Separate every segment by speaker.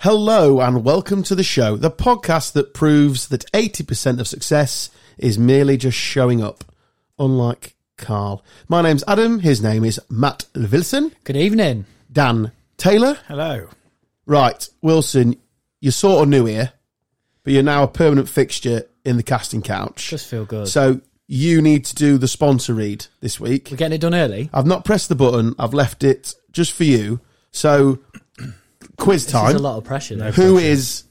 Speaker 1: Hello and welcome to the show, the podcast that proves that 80% of success is merely just showing up, unlike Carl. My name's Adam, his name is Matt Wilson,
Speaker 2: Good evening.
Speaker 1: Dan Taylor.
Speaker 3: Hello.
Speaker 1: Right, Wilson, you're sort of new here, but you're now a permanent fixture in the casting couch.
Speaker 2: Just feel good.
Speaker 1: So you need to do the sponsor read this week.
Speaker 2: We're getting it done early.
Speaker 1: I've not pressed the button, I've left it just for you. So quiz
Speaker 2: There's
Speaker 1: time.
Speaker 2: a lot of pressure there.
Speaker 1: Who is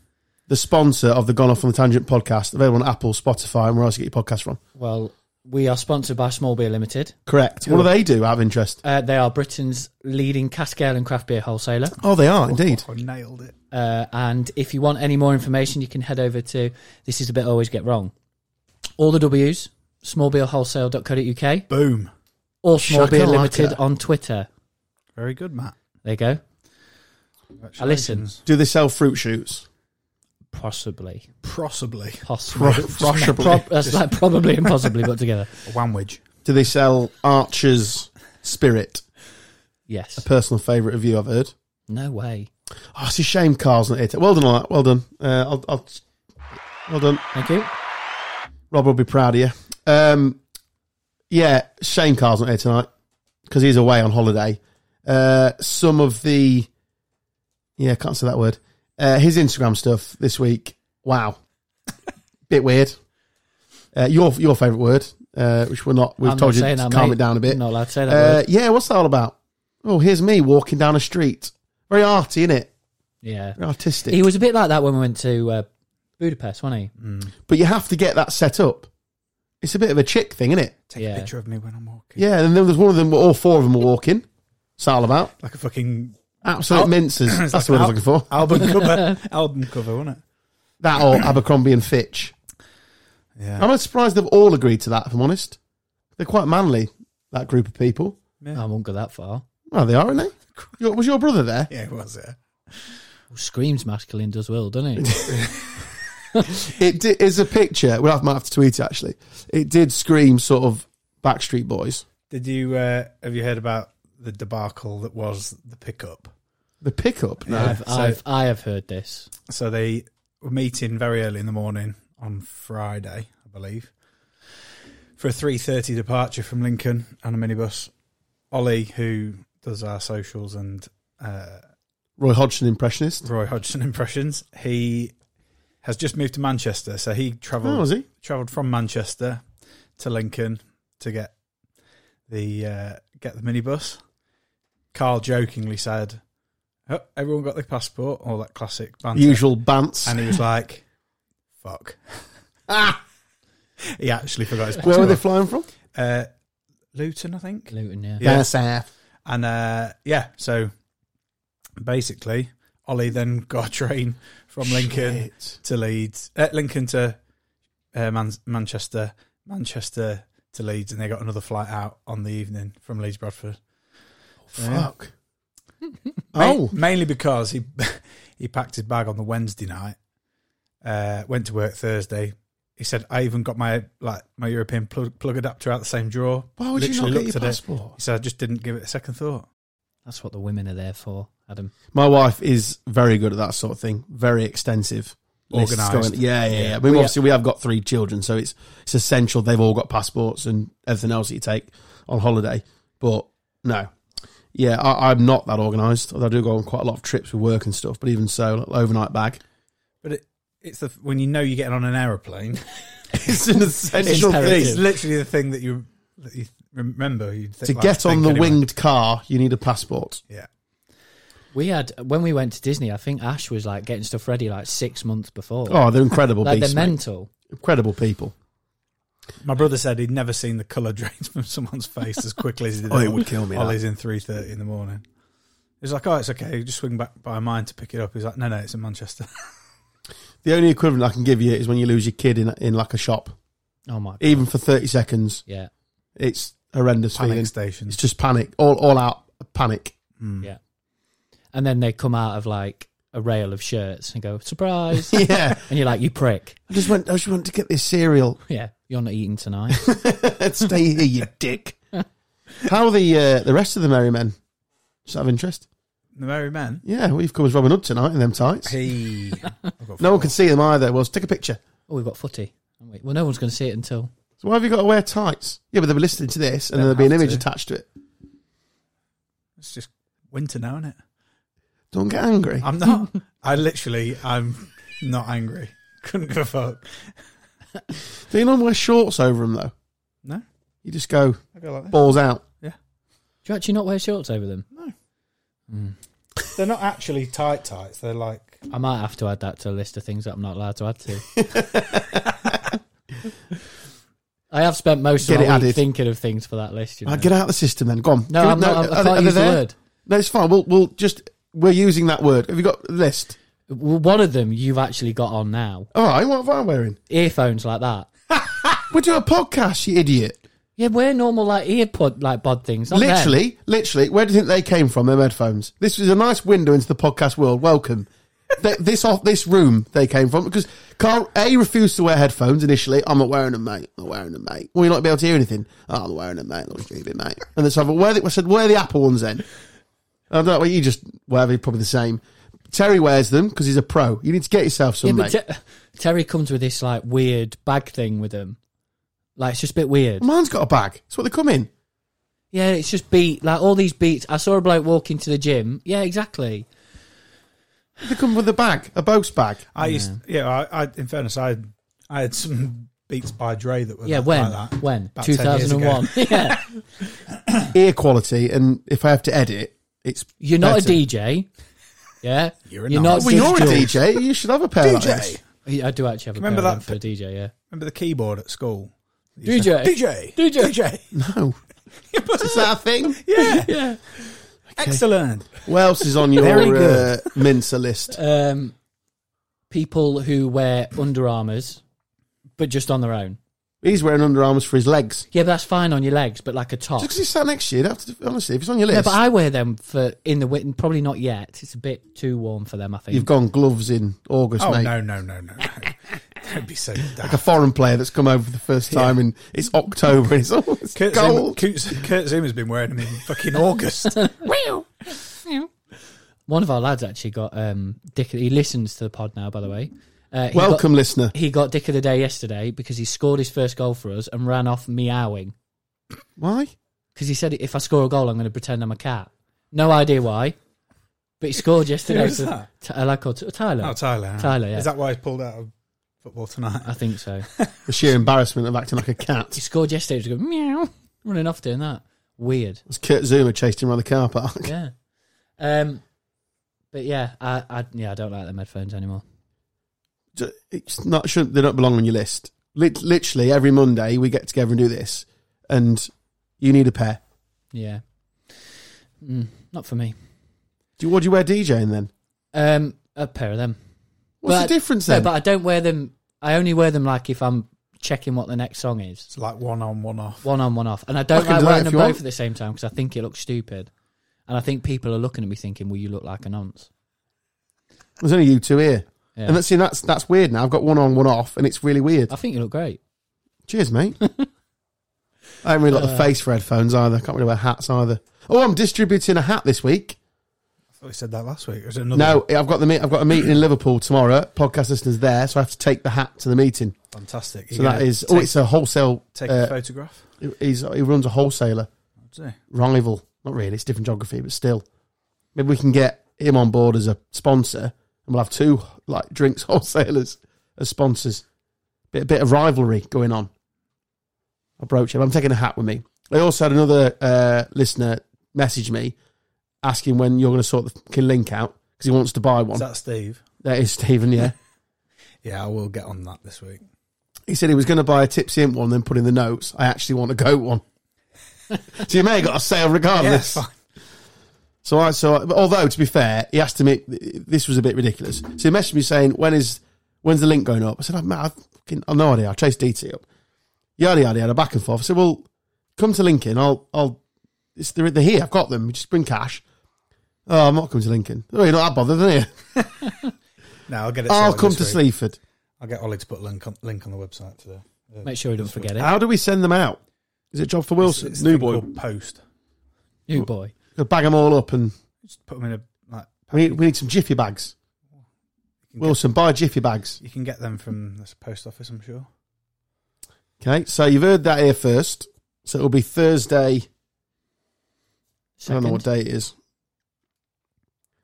Speaker 1: the sponsor of the Gone Off on the Tangent podcast? Available on Apple, Spotify, and where else you get your podcast from?
Speaker 2: Well, we are sponsored by Small Beer Limited.
Speaker 1: Correct. What do they do out of interest?
Speaker 2: Uh, they are Britain's leading cask ale and craft beer wholesaler.
Speaker 1: Oh, they are indeed.
Speaker 3: I nailed it.
Speaker 2: Uh, and if you want any more information, you can head over to this is a bit I always get wrong. All the W's, smallbeerwholesale.co.uk
Speaker 3: Boom.
Speaker 2: or Small Beer
Speaker 1: Shakalaka.
Speaker 2: Limited on Twitter.
Speaker 3: Very good, Matt.
Speaker 2: There you go. I listen.
Speaker 1: Do they sell fruit shoots?
Speaker 2: Possibly.
Speaker 3: Possibly.
Speaker 2: Possibly.
Speaker 1: Possibly.
Speaker 2: Prob- that's like probably and possibly put together.
Speaker 3: A wandwich.
Speaker 1: Do they sell Archer's Spirit?
Speaker 2: Yes.
Speaker 1: Personal favourite of you, I've heard.
Speaker 2: No way.
Speaker 1: Oh, it's a shame Carl's not here. Well done, all that. Well done. Uh, I'll, I'll, well done.
Speaker 2: Thank you.
Speaker 1: Rob will be proud of you. Um, yeah, shame Carl's not here tonight because he's away on holiday. Uh, some of the, yeah, I can't say that word. Uh, his Instagram stuff this week. Wow, bit weird. Uh, your your favourite word, uh, which we're not. We've
Speaker 2: I'm
Speaker 1: told
Speaker 2: not
Speaker 1: you
Speaker 2: saying
Speaker 1: to
Speaker 2: that,
Speaker 1: calm
Speaker 2: mate.
Speaker 1: it down a bit.
Speaker 2: Not allowed to say that
Speaker 1: Uh,
Speaker 2: word.
Speaker 1: yeah, what's that all about? Oh, here's me walking down a street. Very arty, innit?
Speaker 2: Yeah.
Speaker 1: Very artistic.
Speaker 2: He was a bit like that when we went to uh, Budapest, wasn't he?
Speaker 1: but you have to get that set up. It's a bit of a chick thing, isn't it?
Speaker 3: Take
Speaker 2: Yeah.
Speaker 3: a picture of me when I'm walking.
Speaker 1: Yeah, and then there's one of them. All four of them were walking. It's all about
Speaker 3: Like a fucking
Speaker 1: absolute
Speaker 3: Al-
Speaker 1: minces.
Speaker 3: It's
Speaker 1: That's
Speaker 3: like
Speaker 1: the word I was
Speaker 3: an
Speaker 1: looking for.
Speaker 3: album cover. album cover, wasn't it?
Speaker 1: That or Abercrombie and Fitch.
Speaker 3: Yeah.
Speaker 1: I'm surprised they've all agreed to that. If I'm honest, they're quite manly. That group of people.
Speaker 2: I won't go that far.
Speaker 1: Well, they are, aren't they? Your- was your brother there?
Speaker 3: yeah, it was it?
Speaker 2: Screams masculine does well, doesn't he?
Speaker 1: It di- is a picture. Well, I might have to tweet it actually. It did scream sort of Backstreet Boys.
Speaker 3: Did you uh, have you heard about the debacle that was the pickup?
Speaker 1: The pickup. No.
Speaker 2: I've,
Speaker 3: So-
Speaker 2: I've, I have heard this.
Speaker 3: So they were meeting very early in the morning on Friday, I believe, for a three thirty departure from Lincoln on a minibus. Ollie, who does our socials and uh,
Speaker 1: Roy Hodgson impressionist.
Speaker 3: Roy Hodgson impressions, he has just moved to Manchester, so he travelled
Speaker 1: Oh, was he?
Speaker 3: travelled from Manchester to Lincoln to get the uh, get the minibus. Carl jokingly said, oh, "Everyone got their passport," all that classic banter.
Speaker 1: Usual bants.
Speaker 3: and he was like, "Fuck." he actually forgot his passport.
Speaker 1: Ah! Where were they flying from?
Speaker 3: Uh, Luton, I think.
Speaker 2: Luton, yeah.
Speaker 3: Yeah.
Speaker 1: Down south.
Speaker 3: And uh, yeah, so basically, Ollie then got a train from Lincoln
Speaker 1: Shit.
Speaker 3: to Leeds, uh, Lincoln to uh, Man- Manchester, Manchester to Leeds, and they got another flight out on the evening from Leeds Bradford. Yeah.
Speaker 1: Fuck.
Speaker 3: Ma-
Speaker 1: oh,
Speaker 3: mainly because he he packed his bag on the Wednesday night, uh, went to work Thursday. He said, "I even got my like my European plug, plug adapter out the same drawer."
Speaker 1: why would you
Speaker 3: Literally
Speaker 1: not get
Speaker 3: looked
Speaker 1: your
Speaker 3: at it.
Speaker 1: passport?
Speaker 3: He said, "I just didn't give it a second thought."
Speaker 2: That's what the women are there for, Adam.
Speaker 1: My wife is very good at that sort of thing. Very extensive, lists
Speaker 3: Organised.
Speaker 1: going- Yeah, yeah, yeah. I mean,
Speaker 2: We-
Speaker 1: obviously, we have got three children, so it's it's essential they've all got passports and everything else that you take on holiday. But no, yeah, I, I'm not that organised. Although I do go on quite a lot of trips with work and stuff. But even so, like, overnight bag.
Speaker 3: But it, it's the when you know you're getting on an aeroplane,
Speaker 1: It's an essential
Speaker 2: imperative.
Speaker 3: it's
Speaker 1: thing.
Speaker 3: literally the thing that you that you remember. You'd think,
Speaker 1: To
Speaker 3: like,
Speaker 1: get on
Speaker 3: think
Speaker 1: the
Speaker 3: anyway.
Speaker 1: winged car, you need a passport.
Speaker 3: Yeah,
Speaker 2: We had, when we went to Disney, I think Ash was like getting stuff ready like six months before.
Speaker 1: Oh, they're incredible
Speaker 2: like
Speaker 1: beasts,
Speaker 2: they're
Speaker 1: mate.
Speaker 2: mental.
Speaker 1: incredible people.
Speaker 3: my brother said he'd never seen the colour drains from someone's face as quickly as he did.
Speaker 1: Oh, it
Speaker 3: on
Speaker 1: would kill me, that.
Speaker 3: Ollie's in three thirty in the morning. He's like, "Oh, it's okay. Just swing back by mine to pick it up." He's like, "No, no, it's in Manchester."
Speaker 1: The only equivalent I can give you is when you lose your kid in in like a shop,
Speaker 2: Oh, my.
Speaker 1: even for thirty seconds.
Speaker 2: Yeah.
Speaker 1: It's horrendous feeling.
Speaker 3: Panic station.
Speaker 1: It's just panic, all all out panic.
Speaker 2: Mm. And then they come out of like a rail of shirts and go, surprise.
Speaker 1: Yeah,
Speaker 2: and you're like, you prick.
Speaker 1: I just went. I just went to get this cereal.
Speaker 2: Yeah. You're not eating tonight.
Speaker 1: Stay here, you dick. How are the uh, the rest of the merry men? Just out of interest.
Speaker 3: The Merry Men.
Speaker 1: Yeah, we've come as Robin Hood tonight in them tights.
Speaker 3: Hey. I've got
Speaker 1: No one
Speaker 3: four.
Speaker 1: can see them either. Well, take a picture.
Speaker 2: Oh, we've got footy. haven't we? Well, no one's going to see it until
Speaker 1: So why have you got to wear tights? Yeah, but they'll be listening to this, and
Speaker 2: They'll
Speaker 1: there'll be an
Speaker 2: have
Speaker 1: image
Speaker 2: to.
Speaker 1: attached to it.
Speaker 3: It's just winter now, isn't it?
Speaker 1: Don't get angry.
Speaker 2: Ah.
Speaker 3: I'm not. I literally, I'm not angry. Couldn't give a fuck.
Speaker 1: Do you not wear shorts over them though?
Speaker 3: No.
Speaker 1: You just go
Speaker 3: I go like this.
Speaker 1: balls out.
Speaker 2: do you actually not wear shorts over them?
Speaker 3: No.
Speaker 2: Mm.
Speaker 3: They're not actually tight tights. They're like
Speaker 2: I might have to add that to a list of things that I'm not allowed to add to. I have spent most
Speaker 1: Get
Speaker 2: of
Speaker 1: it
Speaker 2: my
Speaker 1: added.
Speaker 2: week thinking of things for that list. You know?
Speaker 1: Ah, get out of the system then. Go on.
Speaker 2: no,
Speaker 1: Give it-
Speaker 2: I'm not. I
Speaker 1: are they-
Speaker 2: can't
Speaker 1: are they
Speaker 2: use the
Speaker 1: there?
Speaker 2: word.
Speaker 1: No, it's fine. We'll we'll just we're using that word. Have you got a list?
Speaker 2: Well, One of them you've actually got on now.
Speaker 1: All right. What am I wearing?
Speaker 2: Earphones like that.
Speaker 1: We're doing a podcast, you idiot.
Speaker 2: Yeah, we're normal like earpod like bod things. Not them.
Speaker 1: literally, literally. Where do you think they came from? Them headphones. This is a nice window into the podcast world. Welcome. Th- this off this room they came from because Carl A refused to wear headphones initially. I'm not wearing them, mate. I'm not wearing them, mate. Well, you're not be able to hear anything. Oh, I'm not wearing them, mate. I'm stupid, mate. And then so I thought, where the, I said, where are the Apple ones then? And I'm like, well, you just wear them. You're probably the same. Terry wears them because he's a pro. You need to get yourself some,
Speaker 2: Yeah, but
Speaker 1: mate.
Speaker 2: Ter- Terry comes with this like weird bag thing with him. Like it's just a bit weird.
Speaker 1: Mine's got a bag. It's what they come in.
Speaker 2: Yeah, it's just beat like all these beats. I saw a bloke walk into the gym. Yeah, exactly.
Speaker 1: They come with a bag, a Bose bag.
Speaker 3: I used. Yeah, I, I. In fairness, I I had some Beats by Dre that were
Speaker 2: Yeah,
Speaker 3: like
Speaker 2: when
Speaker 3: that.
Speaker 2: when
Speaker 3: About 10
Speaker 2: two
Speaker 3: years
Speaker 2: thousand and one. yeah,
Speaker 1: Ear quality, and if I have to edit, it's
Speaker 2: you're not
Speaker 1: Better.
Speaker 2: a DJ. Yeah,
Speaker 3: You're a
Speaker 2: not.
Speaker 3: nut.
Speaker 1: Well, you're a
Speaker 2: digital.
Speaker 1: DJ. You should have a pair like this.
Speaker 3: DJ.
Speaker 2: Yeah, I do actually have a
Speaker 3: Remember
Speaker 2: pair of
Speaker 3: that
Speaker 2: them for a DJ. Yeah,
Speaker 3: Remember the keyboard at school?
Speaker 2: DJ.
Speaker 3: DJ.
Speaker 2: DJ.
Speaker 3: DJ.
Speaker 1: No. Is that a thing?
Speaker 3: Yeah.
Speaker 2: yeah.
Speaker 3: Excellent.
Speaker 1: What else is on
Speaker 3: Very
Speaker 1: your uh,
Speaker 3: good.
Speaker 1: Mincer list?
Speaker 2: Um, people who wear Under Armours, but just on their own.
Speaker 1: He's wearing Under Armours for his legs.
Speaker 2: Yeah, but that's fine on your legs, but like a top.
Speaker 1: Just because he sat next to you, you'd have to, honestly, if it's on your
Speaker 2: Yeah,
Speaker 1: list,
Speaker 2: but I wear them for in the winter. Probably not yet. It's a bit too warm for them. I think.
Speaker 1: you've gone gloves in August,
Speaker 3: Oh
Speaker 1: mate.
Speaker 3: no no no no! no. Don't be so
Speaker 1: Like a foreign player that's come over for the first time and it's October and it's always
Speaker 3: Kurt, Zuma,
Speaker 1: cold.
Speaker 3: Kurt, Kurt Zuma's been wearing them in fucking August.
Speaker 2: One of our lads actually got um, Dick. He listens to the pod now, by the way. Uh, he
Speaker 1: Welcome, listener.
Speaker 2: Got, he got Dick of the Day yesterday because he scored his first goal for us and ran off meowing
Speaker 1: Why?
Speaker 2: because he said if I score a goal, I'm going to pretend I'm a cat. No idea why, but he scored yesterday.
Speaker 3: Who was
Speaker 2: for-
Speaker 3: that?
Speaker 2: T- a lad called T- Tyler.
Speaker 3: Oh, Tyler. huh?
Speaker 2: Tyler, yeah. Uh,
Speaker 3: Is that why he's pulled out of football tonight?
Speaker 2: I think so.
Speaker 1: The sheer embarrassment of acting like a cat.
Speaker 2: he scored yesterday. He was going meow, running off doing that. Weird.
Speaker 1: It's Kurt Zuma chased him around the car park.
Speaker 2: Yeah. Um. But yeah, I, I yeah I don't like them headphones anymore.
Speaker 1: ju- it's not shouldn't they don't belong on your list. Lit- literally every Monday we get together and do this, and you need a pair.
Speaker 2: Yeah. Mm, not for me.
Speaker 1: Do you, what do you wear DJing then?
Speaker 2: Um, a pair of them.
Speaker 1: What's
Speaker 2: But-
Speaker 1: the difference
Speaker 2: No,
Speaker 1: then?
Speaker 2: but I don't wear them. I only wear them like if I'm checking what the next song is,
Speaker 3: It's like one on, one off.
Speaker 2: one on, one off. And I
Speaker 1: I
Speaker 2: don't
Speaker 1: can
Speaker 2: like
Speaker 1: do that
Speaker 2: wearing
Speaker 1: if
Speaker 2: them
Speaker 1: you
Speaker 2: both
Speaker 1: want.
Speaker 2: at the same time because I think it looks stupid. And I think people are looking at me thinking, "Well, you look like a nonce."
Speaker 1: There's only you two here,
Speaker 2: Yeah.
Speaker 1: and that's see that's that's weird. Now I've got one on, one off, and it's really weird.
Speaker 2: I think you look great.
Speaker 1: Cheers, mate. I haven't really got the
Speaker 2: Uh.
Speaker 1: face for headphones either. I can't really wear hats either. Oh, I'm distributing a hat this week.
Speaker 3: I thought we said that last week. It was another
Speaker 1: No, I've got the meet, I've got a meeting in Liverpool tomorrow. Podcast listeners there, so I have to take the hat to the meeting.
Speaker 3: fantastic.
Speaker 1: So that is. Oh, it's a wholesale.
Speaker 3: take
Speaker 1: uh,
Speaker 3: a photograph.
Speaker 1: he's, he runs a wholesaler.
Speaker 3: I'd say.
Speaker 1: rival. Not really, it's different geography, but still. Maybe we can get him on board as a sponsor and we'll have two like drinks wholesalers as sponsors. Bit a bit of rivalry going on. I'll broach him. I'm taking a hat with me. I also had another uh, listener message me asking when you're going to sort the fucking link out because he wants to buy one.
Speaker 3: Is that Steve?
Speaker 1: that is Stephen, yeah.
Speaker 3: Yeah, I will get on that this week.
Speaker 1: He said he was going to buy a Tipsy Imp one, then put in the notes, I actually want a goat one. so you may have got a sale
Speaker 3: Yeah,
Speaker 1: regardless.
Speaker 3: it's fine.
Speaker 1: So I so I- but although to be fair, he asked me this was a bit ridiculous. So he messaged me saying, "When is when's the link going up?" I said, "Oh, "Man, I've, fucking, I've no idea. I chased DT up, yada yada yada, back and forth." I said, "Well, come to Lincoln. I'll I'll it's they're, they're here. I've got them. Just bring cash." Oh, I'm not coming to Lincoln. Oh, you're not that bothered, are you?
Speaker 3: No, I'll get it.
Speaker 1: I'll
Speaker 3: sorted
Speaker 1: come
Speaker 3: this
Speaker 1: to
Speaker 3: week.
Speaker 1: Sleaford.
Speaker 3: I'll get Ollie to put a link on, link on the website today.
Speaker 2: Make sure you don't forget it.
Speaker 1: How do we send them out? Is it job for Wilson?
Speaker 3: It's a
Speaker 1: New
Speaker 3: thing
Speaker 1: boy.
Speaker 3: called Post.
Speaker 2: New boy.
Speaker 1: Bag them all up and
Speaker 3: Just put them in a like,
Speaker 1: I mean, we need some jiffy bags.
Speaker 3: You can, get,
Speaker 1: Wilson, buy jiffy bags.
Speaker 3: you can get them from the post office, I'm sure.
Speaker 1: Okay, so you've heard that here first. So it'll be Thursday. I don't know what
Speaker 2: Second.
Speaker 1: day it is.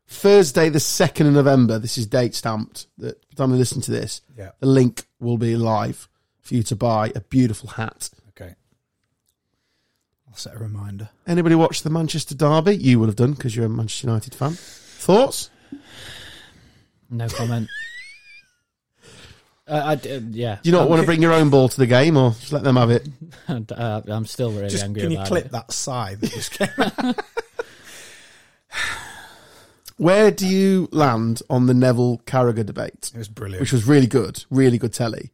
Speaker 1: Thursday, the 2nd of November. This is date stamped. That by the time you listen to this,
Speaker 3: Yeah.
Speaker 1: the link will be live for you to buy a beautiful hat.
Speaker 3: Okay. I'll set a reminder.
Speaker 1: Anybody watch the Manchester Derby? You would have done because you're a Manchester United fan. Thoughts?
Speaker 2: No comment. uh, I d- uh, yeah.
Speaker 1: Do you not
Speaker 3: Um,
Speaker 1: want to
Speaker 3: c-
Speaker 1: bring your own ball to the game or just let them have it?
Speaker 2: And, uh, I'm still really
Speaker 3: Just,
Speaker 2: angry
Speaker 3: can you
Speaker 2: about
Speaker 3: clip
Speaker 2: it.
Speaker 3: that sigh that just came out?
Speaker 1: Where do you land on the Neville Carragher debate,
Speaker 3: It was brilliant.
Speaker 1: which was really good, really good telly?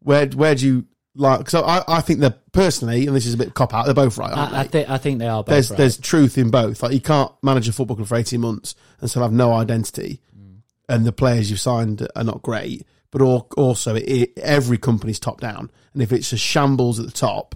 Speaker 1: Where where do you like? So I, I think they're personally, and this is a bit cop out. They're both right. Aren't
Speaker 2: I, I
Speaker 1: they?
Speaker 2: think I think they are both
Speaker 1: There's
Speaker 2: right.
Speaker 1: there's truth in both. Like you can't manage a football club for eighteen months and still have no identity,
Speaker 2: Mm.
Speaker 1: and the players you've signed are not great. But al- also, it, it, every company's top down, and if it's a shambles at the top,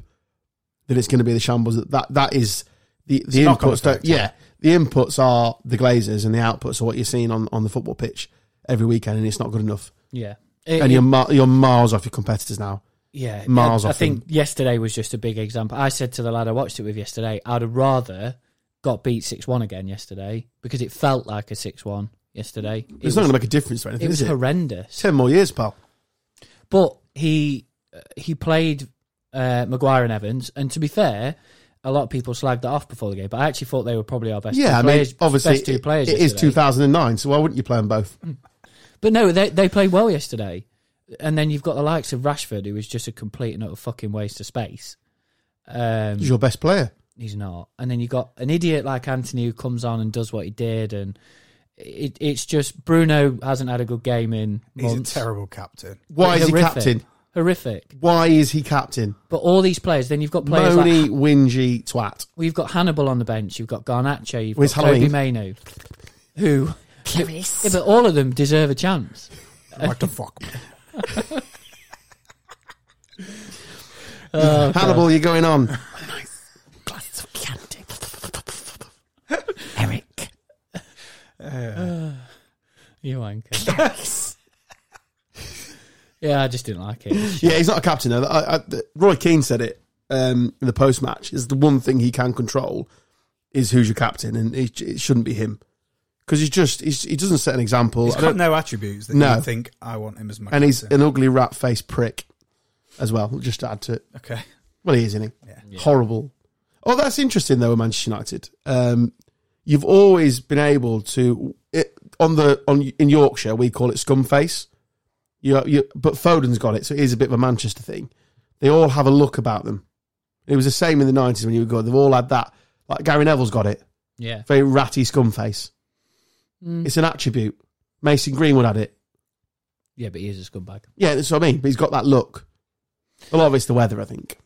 Speaker 1: then it's going to be the shambles. That that, that is the the
Speaker 3: knock-on
Speaker 1: inputs. Don't,
Speaker 3: effect, yeah.
Speaker 1: yeah, the inputs are the Glazers, and the outputs are what you're seeing on, on the football pitch every weekend, and it's not good enough.
Speaker 2: yeah.
Speaker 1: And
Speaker 2: It-
Speaker 1: you're mi- you're miles off your competitors now.
Speaker 2: yeah,
Speaker 1: miles
Speaker 2: I, I
Speaker 1: off
Speaker 2: think yesterday was just a big example. I said to the lad I watched it with yesterday, I'd have rather got beat six one again yesterday because it felt like a six one yesterday. It
Speaker 1: It's
Speaker 2: was,
Speaker 1: not going to make a difference or anything,
Speaker 2: it was
Speaker 1: is it?
Speaker 2: horrendous.
Speaker 1: Ten more years, pal.
Speaker 2: But he uh, he played uh, Maguire and Evans, and to be fair, a lot of people slagged that off before the game. But I actually thought they were probably our best. two
Speaker 1: Yeah, I mean,
Speaker 2: players,
Speaker 1: obviously,
Speaker 2: best two
Speaker 1: it-
Speaker 2: players.
Speaker 1: it is
Speaker 2: yesterday. Hmm.
Speaker 1: 2009, so why wouldn't you play them both?
Speaker 2: But no, they they played well yesterday. And then you've got the likes of Rashford, who was just a complete and utter fucking waste of space. Um,
Speaker 1: He's your best player.
Speaker 2: he's not. And then you got an idiot like Anthony who comes on and does what he did, and it, it's just Bruno hasn't had a good game in
Speaker 3: He's
Speaker 2: months.
Speaker 3: a terrible captain.
Speaker 1: Why is he
Speaker 2: Horrific.
Speaker 1: captain?
Speaker 2: Horrific.
Speaker 1: Why is he captain?
Speaker 2: But all these players, then you've got players like
Speaker 1: Moany, whingy, twat.
Speaker 2: well, you've got Hannibal on the bench, you've got Garnacho, you've
Speaker 1: Where's
Speaker 2: got Toby
Speaker 1: Halloween?
Speaker 2: Mainu, who yeah, but all of them deserve a chance.
Speaker 3: What the fuck?
Speaker 2: Oh,
Speaker 1: Hannibal, you're going on.
Speaker 4: Eric.
Speaker 2: you wanker. yeah, I just didn't like it.
Speaker 1: Yeah, he's not a captain though. I, I, Roy Keane said it um, in the post match. Is the one thing he can control is who's your captain, and it, it shouldn't be him because he's just he's, he doesn't set an example.
Speaker 3: He's
Speaker 1: I
Speaker 3: got
Speaker 1: don't-
Speaker 3: no attributes that
Speaker 1: No.
Speaker 3: you think I want him as my
Speaker 1: and he's
Speaker 3: captain.
Speaker 1: an ugly rat faced prick as well. Just to add to it.
Speaker 3: okay.
Speaker 1: Well, he is, isn't he?
Speaker 3: Yeah.
Speaker 1: Horrible. Oh, that's interesting though. With Manchester United, um, you've always been able to it, on the on in Yorkshire we call it scumface. You, you, but Foden's got it, so it is a bit of a Manchester thing. They all have a look about them. It was the same in the nineties when you were good. They've all had that. Like Gary Neville's got it,
Speaker 2: Yeah. Mm.
Speaker 1: very ratty scumface. It's an attribute. Mason Greenwood had it.
Speaker 2: Yeah, but he is a scumbag.
Speaker 1: Yeah, that's what I mean. But he's got that look. A lot of it's the weather, I think.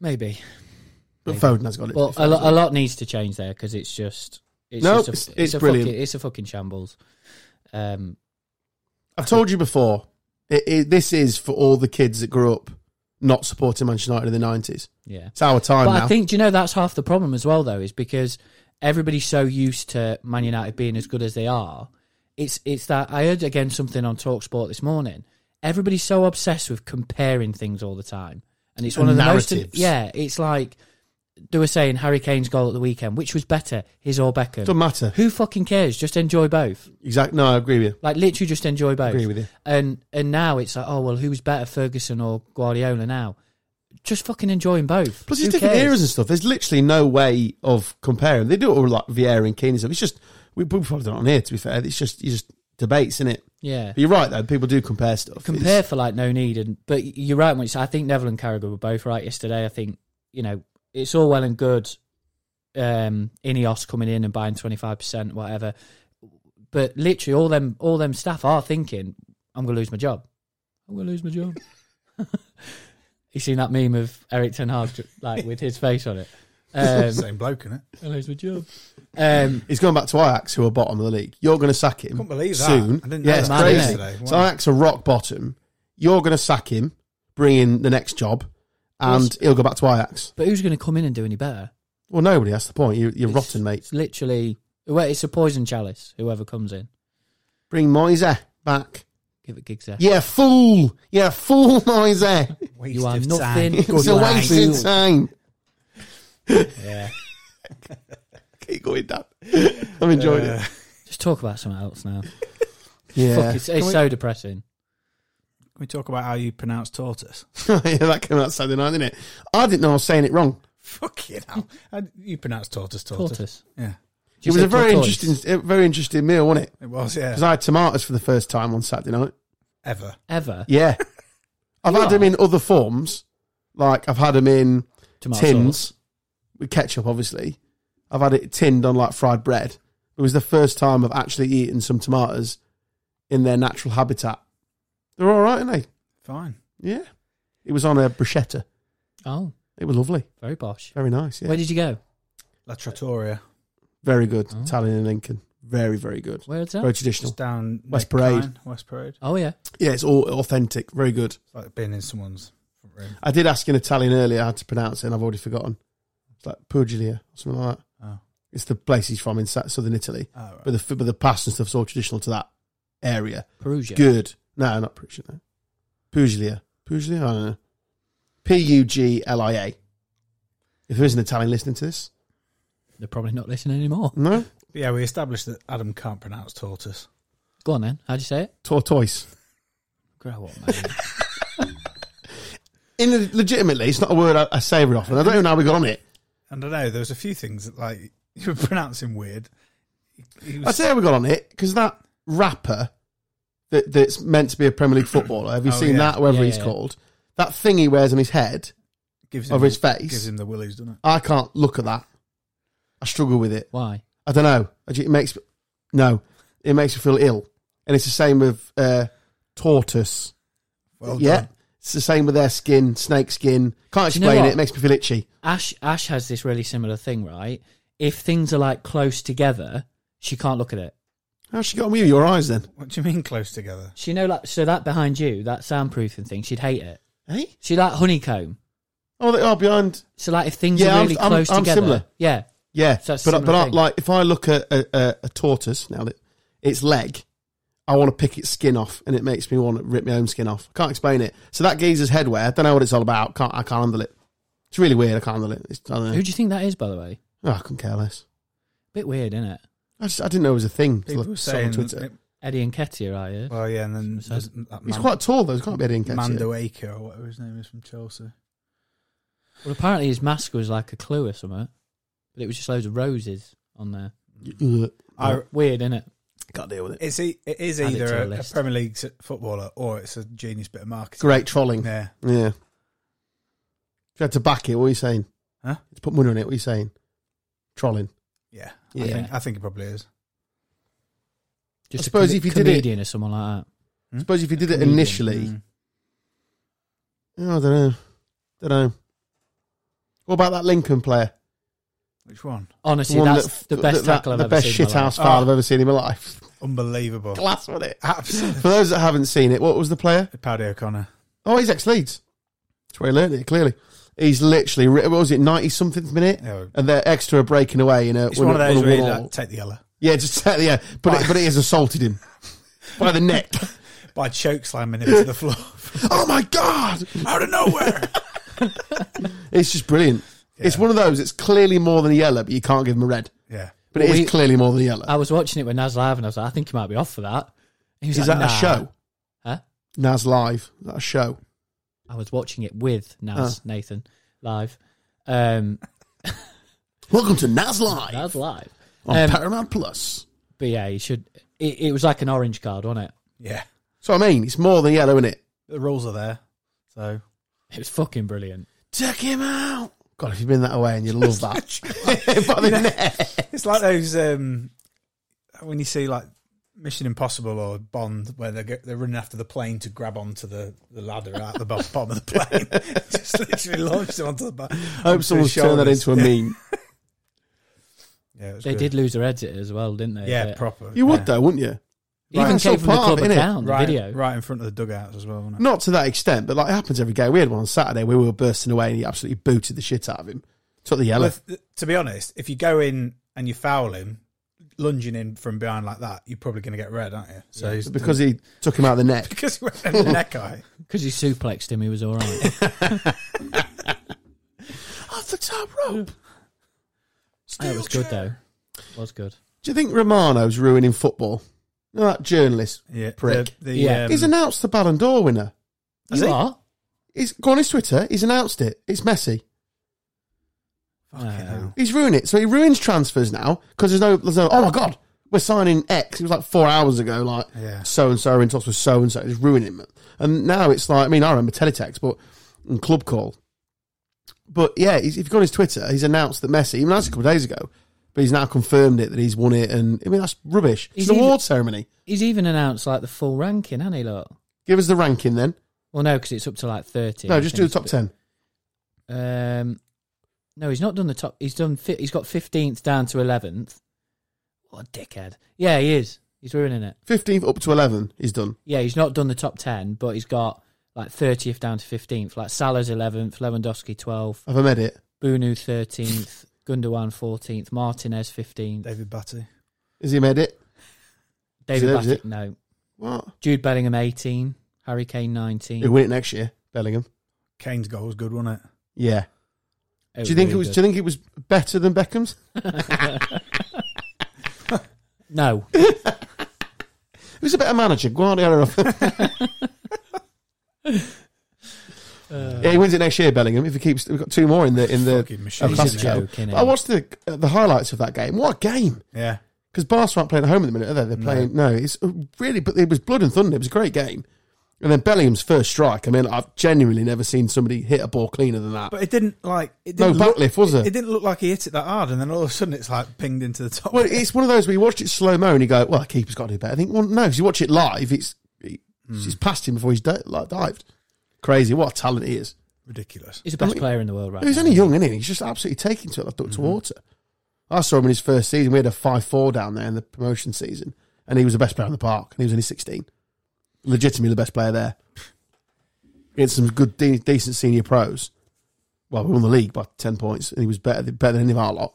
Speaker 2: Maybe.
Speaker 1: But
Speaker 2: Maybe.
Speaker 1: Foden has got it.
Speaker 2: Well, a, lo- a lot needs to change there because it's just. It's
Speaker 1: No,
Speaker 2: just a,
Speaker 1: it's-
Speaker 2: it's,
Speaker 1: it's
Speaker 2: a
Speaker 1: brilliant.
Speaker 2: Fucking, it's a fucking shambles. Um,
Speaker 1: I've told you before. It, it, this is for all the kids that grew up not supporting Manchester United in the nineties.
Speaker 2: yeah.
Speaker 1: It's our time
Speaker 2: But
Speaker 1: now.
Speaker 2: I think, do you know, that's half the problem as well, though, is because everybody's so used to Man United being as good as they are. It's it's that I heard again something on Talksport this morning. Everybody's so obsessed with comparing things all the time, and it's one
Speaker 1: And
Speaker 2: of the most
Speaker 1: narratives.
Speaker 2: yeah. It's like they were saying Harry Kane's goal at the weekend, which was better, his or Beckham.
Speaker 1: Doesn't matter.
Speaker 2: Who fucking cares? Just enjoy both.
Speaker 1: Exactly. No, I agree with you.
Speaker 2: Like literally, just enjoy both.
Speaker 1: Agree with you.
Speaker 2: And and now it's like, oh well, who was better, Ferguson or Guardiola? Now, just fucking enjoying both.
Speaker 1: Plus,
Speaker 2: Who
Speaker 1: it's different
Speaker 2: cares?
Speaker 1: eras and stuff. There's literally no way of comparing. They do it all like Vieira and Keane and stuff. It's just we we've probably done it on here. To be fair, it's just you just debates, isn't it?
Speaker 2: Yeah,
Speaker 1: But you're right though. People do compare stuff.
Speaker 2: compare
Speaker 1: It's-
Speaker 2: for like no need. And but you're right. When you say- I think Neville and Carragher were both right yesterday. I think you know it's all well and good. Um, Ineos coming in and buying twenty five percent, whatever. But literally, all them all them staff are thinking, "I'm going to lose my job. I'm going to lose my job." you seen that meme of Eric Ten Hag like with his face on it? Um,
Speaker 3: Same bloke, innit?
Speaker 2: I lose my job. Um,
Speaker 1: He's going back to Ajax, who are bottom of the league. You're going to sack him.
Speaker 3: Couldn't believe that.
Speaker 1: soon.
Speaker 3: I didn't know
Speaker 1: yeah, it's
Speaker 3: that
Speaker 2: till
Speaker 1: crazy.
Speaker 3: yesterday.
Speaker 1: So
Speaker 3: Wow.
Speaker 1: Ajax are rock bottom. You're going to sack him, bring in the next job, and
Speaker 2: Yes.
Speaker 1: he'll go back to Ajax.
Speaker 2: but who's going to come in and do any better?
Speaker 1: Well, nobody. That's the point. You, you're
Speaker 2: It's-
Speaker 1: rotten, mate.
Speaker 2: It's literally Well, It's a poison chalice. Whoever comes in,
Speaker 1: Bring Moise back.
Speaker 2: give it gigs.
Speaker 1: Yeah, fool. Yeah, fool, Moise.
Speaker 3: Waste
Speaker 2: You are
Speaker 3: of
Speaker 2: nothing.
Speaker 3: Time.
Speaker 1: It's
Speaker 2: Good
Speaker 1: a
Speaker 2: lad.
Speaker 1: waste of time.
Speaker 2: Yeah.
Speaker 1: Keep going, Dad. I've enjoyed it.
Speaker 3: Uh,
Speaker 2: Just talk about something else now. Fuck,
Speaker 1: Yeah.
Speaker 2: it's, it's
Speaker 3: we-
Speaker 2: so depressing.
Speaker 3: Can we talk about how you pronounce tortoise?
Speaker 1: yeah, that came out Saturday night, didn't it? I didn't know I was saying it wrong.
Speaker 3: Fucking hell. How do you pronounce tortoise, tortoise.
Speaker 2: Tortoise.
Speaker 3: Yeah.
Speaker 2: Did you
Speaker 1: it was
Speaker 2: say
Speaker 1: a very
Speaker 2: tortoise?
Speaker 1: interesting, a very interesting meal, wasn't it?
Speaker 3: It was, yeah.
Speaker 1: Because I had tomatoes for the first time on Saturday night.
Speaker 3: Ever.
Speaker 2: ever.
Speaker 1: Yeah, I've
Speaker 2: You
Speaker 1: had them
Speaker 2: are.
Speaker 1: in other forms. Like I've had them in
Speaker 2: Tomato
Speaker 1: tins
Speaker 2: sauce.
Speaker 1: with ketchup, obviously. I've had it tinned on like fried bread. It was the first time I've actually eaten some tomatoes in their natural habitat. They're all right, aren't they?
Speaker 3: Fine.
Speaker 1: Yeah. It was on a bruschetta.
Speaker 2: Oh,
Speaker 1: It was lovely.
Speaker 2: very posh.
Speaker 1: Very nice. Yeah.
Speaker 2: Where did you go?
Speaker 3: La Trattoria.
Speaker 1: Very good.
Speaker 2: Oh.
Speaker 1: Italian in Lincoln. Very, very good.
Speaker 2: Where's that?
Speaker 1: Very traditional.
Speaker 3: Just down
Speaker 1: West
Speaker 3: Nick
Speaker 1: Parade.
Speaker 3: Kine, West Parade.
Speaker 2: Oh yeah.
Speaker 1: Yeah, it's all authentic. Very good.
Speaker 3: It's like being in someone's front room.
Speaker 1: I did ask in Italian earlier how to pronounce it, and I've already forgotten. It's like Puglia or something like that.
Speaker 3: Oh.
Speaker 1: It's the place he's from in sa- southern Italy.
Speaker 3: Oh, right.
Speaker 1: But the, f- but the pasta and stuff's all traditional to that area.
Speaker 2: Perugia.
Speaker 1: Good. No, not Puglia. No. Puglia. Puglia? I don't know. P U G L I A. If there is an Italian listening to this,
Speaker 2: They're probably not listening anymore.
Speaker 1: no?
Speaker 3: But yeah, we established that Adam can't pronounce tortoise.
Speaker 2: Go on then. How'd you say it?
Speaker 1: Tortoise.
Speaker 2: Grow up, man.
Speaker 1: In legitimately, it's not a word I, I say very often. I don't even know how we got on it.
Speaker 3: And I know there was a few things that like you were pronouncing weird. He
Speaker 1: I
Speaker 3: was,
Speaker 1: say how we got on it because that rapper that, that's meant to be a Premier League footballer. Have you
Speaker 3: Oh,
Speaker 1: seen
Speaker 3: yeah.
Speaker 1: that? Whatever
Speaker 2: Yeah,
Speaker 1: he's
Speaker 2: yeah.
Speaker 1: called, that thing he wears on his head.
Speaker 3: gives
Speaker 1: of
Speaker 3: the-
Speaker 1: his face.
Speaker 3: gives him the willies, doesn't it?
Speaker 1: I can't look at that. I struggle with it.
Speaker 2: Why?
Speaker 1: I don't know. I ju- It makes no. It makes me feel ill, and it's the same with uh, tortoise.
Speaker 3: Well
Speaker 1: yeah,
Speaker 3: done.
Speaker 1: it's the same with their skin, snake skin. Can't
Speaker 2: Do you know
Speaker 1: explain it.
Speaker 2: what?
Speaker 1: It makes me feel itchy.
Speaker 2: Ash Ash has this really similar thing, right? If things are like close together, she can't look at it.
Speaker 1: How's she got on with your eyes then?
Speaker 3: What do you mean close together?
Speaker 2: She know like so that behind you, that soundproofing thing, she'd hate it.
Speaker 1: Eh?
Speaker 2: She like honeycomb.
Speaker 1: Oh, they are behind.
Speaker 2: So like if things
Speaker 1: Yeah,
Speaker 2: are
Speaker 1: I'm-
Speaker 2: really
Speaker 1: I'm-
Speaker 2: close
Speaker 1: I'm
Speaker 2: together.
Speaker 1: similar.
Speaker 2: Yeah.
Speaker 1: Yeah,
Speaker 2: So that's a
Speaker 1: but
Speaker 2: similar
Speaker 1: but I,
Speaker 2: thing.
Speaker 1: like if I look at a, a, a tortoise now that its leg, I want to pick its skin off, and it makes me want to rip my own skin off. Can't explain it. So that geezer's headwear, I don't know what it's all about. Can't I can't handle it. It's really weird. I can't handle it. It's, I don't know.
Speaker 2: Who do you think that is, by the way?
Speaker 1: Oh, I couldn't care less.
Speaker 2: Bit weird, isn't it?
Speaker 1: I just I didn't know it was a thing. till
Speaker 3: People
Speaker 1: I
Speaker 3: were
Speaker 1: saw it on
Speaker 3: saying,
Speaker 1: Twitter.
Speaker 2: Eddie and Ketia, I heard.
Speaker 3: well, yeah, and then there's that
Speaker 1: he's
Speaker 3: man-
Speaker 1: quite tall though. He can't be Eddie Nketiah.
Speaker 3: Mando Aker or whatever his name is from Chelsea.
Speaker 2: Well, apparently his mask was like a clue or something, but it was just loads of roses on there.
Speaker 1: Ugh,
Speaker 3: I,
Speaker 2: Weird, isn't it?
Speaker 1: can't deal with it.
Speaker 3: it's e- it is
Speaker 2: Add it to
Speaker 3: either
Speaker 2: your
Speaker 3: a, a
Speaker 2: list.
Speaker 3: Premier League s- footballer or it's a genius bit of marketing.
Speaker 1: Great trolling.
Speaker 3: Yeah,
Speaker 1: Yeah. If you had to back it, what are you saying?
Speaker 3: Huh?
Speaker 1: To put money on it, what are you saying? Trolling.
Speaker 3: yeah. I,
Speaker 1: Yeah.
Speaker 3: think, I think it probably is.
Speaker 2: Just a
Speaker 1: suppose
Speaker 2: comed-
Speaker 1: if you did it-
Speaker 2: comedian or someone like
Speaker 1: I suppose if you did it
Speaker 2: Comedian.
Speaker 1: initially,
Speaker 3: Mm.
Speaker 1: Oh, I don't know. Don't know. What about that Lincoln player?
Speaker 3: Which one?
Speaker 2: that. Honestly,
Speaker 1: one
Speaker 2: that's
Speaker 1: that-
Speaker 2: the best
Speaker 1: that-
Speaker 2: tackle I've
Speaker 1: the
Speaker 2: ever
Speaker 1: best
Speaker 2: seen. in my life.
Speaker 1: shithouse foul
Speaker 3: Oh.
Speaker 1: I've ever seen in my life.
Speaker 3: Unbelievable.
Speaker 1: Glass on it.
Speaker 3: Absolutely.
Speaker 1: For those that haven't seen it, what was the player?
Speaker 3: Paddy O'Connor.
Speaker 1: Oh, he's ex Leeds. That's where he learned it. Clearly, he's literally ri- what was it ninety something minute,
Speaker 3: Yeah.
Speaker 1: and they're extra breaking away. You know,
Speaker 3: It's one of those where
Speaker 1: really.
Speaker 3: you like, take the yellow.
Speaker 1: yeah, just yeah, but it, but he has assaulted him by the neck.
Speaker 3: By choke slamming him to the floor
Speaker 1: oh my god!
Speaker 3: out of nowhere.
Speaker 1: It's just brilliant. It's
Speaker 3: Yeah.
Speaker 1: one of those. It's clearly more than a yellow, but you can't give him a red.
Speaker 3: yeah.
Speaker 1: But it is
Speaker 2: Well, we-
Speaker 1: clearly more than a yellow.
Speaker 2: I was watching it with Naz Live and I was like, I think he might be off for that. He was
Speaker 1: Is
Speaker 2: like,
Speaker 1: that a
Speaker 2: "Nah."
Speaker 1: show?
Speaker 2: Huh?
Speaker 1: Nas Live. Is that a show?
Speaker 2: I was watching it with
Speaker 1: Ah.
Speaker 2: Naz, Nathan, live. Um,
Speaker 1: Welcome to Nas Live
Speaker 2: Naz Live.
Speaker 1: on
Speaker 2: Um,
Speaker 1: Paramount Plus.
Speaker 2: But yeah, you should. It, it was like an orange card, wasn't it?
Speaker 3: Yeah.
Speaker 1: So I mean, it's more than yellow, is it?
Speaker 3: The rules are there. So
Speaker 2: It was fucking brilliant.
Speaker 1: Check him out. God, if you've been that away and you love that. By the neck.
Speaker 3: it's like those um, when you see like Mission Impossible or Bond where they go, they're running after the plane to grab onto the, the ladder out the bo- bottom of the plane. Just literally launch them onto the back.
Speaker 1: I hope someone's turned that into a meme.
Speaker 3: Yeah, it was
Speaker 2: They
Speaker 3: good.
Speaker 2: did lose their edit as well, didn't they?
Speaker 3: Yeah,
Speaker 2: But
Speaker 3: proper.
Speaker 1: You would
Speaker 3: yeah.
Speaker 1: though, wouldn't you?
Speaker 2: it even
Speaker 1: Right.
Speaker 2: came
Speaker 1: Still
Speaker 2: from the
Speaker 1: part of
Speaker 2: club
Speaker 1: it, innit?
Speaker 2: account, the
Speaker 3: Right,
Speaker 2: video.
Speaker 3: right in front of the dugouts as well. Wasn't it?
Speaker 1: Not to that extent, but like it happens every game. We had one on Saturday where we were bursting away and he absolutely booted the shit out of him. Took the yellow.
Speaker 3: Well, if- to be honest, if you go in and you foul him, lunging in from behind like that, you're probably going to get red, aren't you? So he's,
Speaker 1: because he took him out of the neck.
Speaker 3: because he went in the neck eye.
Speaker 2: Because he suplexed him, he was all right.
Speaker 1: Off the top rope.
Speaker 2: it was good though. Was good.
Speaker 1: Do you think Romano's ruining football? You know, that journalist
Speaker 3: Yeah,
Speaker 1: Prick.
Speaker 3: The, the,
Speaker 2: Yeah.
Speaker 3: um,
Speaker 1: He's announced the Ballon d'Or winner.
Speaker 3: Has
Speaker 2: you
Speaker 3: he?
Speaker 2: are.
Speaker 1: He's gone on his Twitter. He's announced it. It's Messi.
Speaker 3: Fucking
Speaker 2: No.
Speaker 3: hell.
Speaker 1: He's ruined it. So he ruins transfers now because there's no, there's no. Oh my god, we're signing X. It was like four hours ago. Like
Speaker 3: Yeah.
Speaker 1: so and so in talks with so and so. It's ruining it. And now it's like I mean I remember teletext, but and club call. But yeah, he's, if you go on his Twitter, he's announced that Messi. He announced it a couple of days ago, but he's now confirmed it that he's won it. And I mean that's rubbish. It's
Speaker 2: He's
Speaker 1: an
Speaker 2: even-
Speaker 1: award ceremony.
Speaker 2: He's even announced like the full ranking, hasn't he? Look.
Speaker 1: Give us the ranking then.
Speaker 2: Well, no, because it's up to like thirty.
Speaker 1: no,
Speaker 2: I
Speaker 1: just do
Speaker 2: think.
Speaker 1: the top ten.
Speaker 2: Um, no, he's not done the top. He's done. Fi- he's got fifteenth down to eleventh. What a dickhead! Yeah, he is. He's ruining it.
Speaker 1: Fifteenth up to eleven. He's done.
Speaker 2: Yeah, he's not done the top ten, but he's got like thirtieth down to fifteenth. Like Salah's eleventh, Lewandowski twelfth,
Speaker 1: Have I made it?
Speaker 2: Bunu thirteenth, Gundogan fourteenth, Martinez fifteenth,
Speaker 3: David Batty.
Speaker 1: Has he made it?
Speaker 2: David
Speaker 1: deserves
Speaker 2: Bassett no,
Speaker 1: What?
Speaker 2: Jude Bellingham eighteen, Harry Kane nineteen.
Speaker 1: He'll win it next year, Bellingham.
Speaker 3: Kane's goal was good, wasn't it?
Speaker 1: Yeah.
Speaker 2: Oh,
Speaker 1: do you think
Speaker 2: really
Speaker 1: it was?
Speaker 2: good.
Speaker 1: Do you think it was better than Beckham's?
Speaker 2: no?
Speaker 1: Who's a better manager, Guardiola? or- yeah, he wins it next year, Bellingham. If he keeps, we've got two more in the in the.
Speaker 3: Fucking machine.
Speaker 1: El
Speaker 2: He's a
Speaker 1: Clasico.
Speaker 2: joke, innit?
Speaker 1: I watched the uh, the highlights of that game. What a game!
Speaker 3: Yeah.
Speaker 1: Because Barca aren't playing at home at the minute, are they? They're playing. No, it's uh, really, but it was blood and thunder. It was a great game. And then Bellingham's first strike. I mean, I've genuinely never seen somebody hit a ball cleaner than that.
Speaker 3: But it didn't like it
Speaker 1: no
Speaker 3: didn't look,
Speaker 1: backlift, was there?
Speaker 3: it didn't look like he hit it that hard and then all of a sudden it's like pinged into the top.
Speaker 1: Well, it's one of those where you watch it slow mo and you go, "Well, the keeper's got to do better." I think, well, no, because you watch it live, it's it- it's past him before he's di- like dived. Crazy, what a talent he is!
Speaker 3: Ridiculous.
Speaker 2: He's the best
Speaker 1: Don't-
Speaker 2: player in the world right
Speaker 1: He's
Speaker 2: now.
Speaker 1: only young, isn't he? He's just absolutely taking to it like duck to water. I saw him in his first season. We had a five-four down there in the promotion season, and he was the best player in the park. And he was only sixteen, legitimately the best player there. Against some good, de- decent senior pros. Well, we won the league by ten points, and he was better better than any of our lot.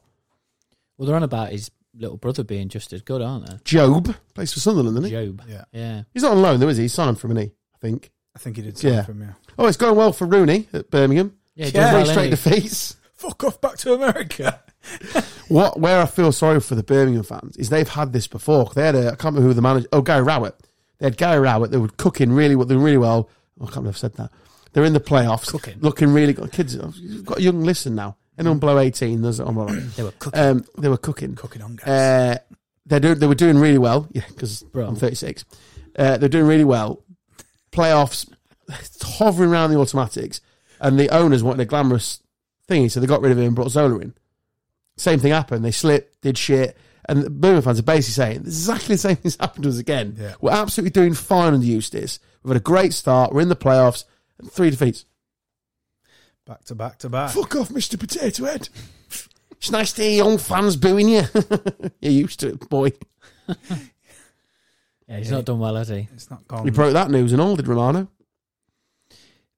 Speaker 2: Well, they're on about his little brother being just as good, aren't they?
Speaker 1: Job plays for Sunderland, doesn't he?
Speaker 2: Job.
Speaker 3: Yeah.
Speaker 2: Yeah.
Speaker 1: He's not on loan, though, is he? He's signed from an E, I think.
Speaker 3: I think he did
Speaker 1: Yeah.
Speaker 3: something from you.
Speaker 1: Oh, it's going well for Rooney at Birmingham.
Speaker 2: Yeah,
Speaker 3: Yeah.
Speaker 2: doing well,
Speaker 1: Three straight
Speaker 2: innit?
Speaker 1: defeats.
Speaker 3: Fuck off back to America.
Speaker 1: What? Where I feel sorry for the Birmingham fans is they've had this before. They had a I can't remember who the manager. Oh, Gary Rowett. They had Gary Rowett. They were cooking really, they were really well. Oh, I can't remember if I said that. They're in the playoffs,
Speaker 2: Cooking.
Speaker 1: looking really good. Kids, you've got a young listen now. Anyone below eighteen? There's, I'm all right.
Speaker 2: They were cooking.
Speaker 1: Um, they were cooking.
Speaker 3: Cooking on guys.
Speaker 1: Uh, they do, they were doing really well. Yeah, because
Speaker 2: Bro.
Speaker 1: I'm 36. Uh, they're doing really well. Playoffs hovering around the automatics, and the owners wanted a glamorous thingy, so they got rid of him and brought Zola in. Same thing happened. They slipped, did shit, and the Birmingham fans are basically saying exactly the same thing's happened to us again.
Speaker 3: Yeah.
Speaker 1: We're absolutely doing fine under Eustace. We've had a great start. We're in the playoffs. And three defeats.
Speaker 3: back to back to back.
Speaker 1: Fuck off, Mister Potato Head. It's nice to hear young fans booing you. You're used to it, boy.
Speaker 2: yeah, he's not done well, has he?
Speaker 3: It's not gone.
Speaker 1: He broke that news and all, did Romano?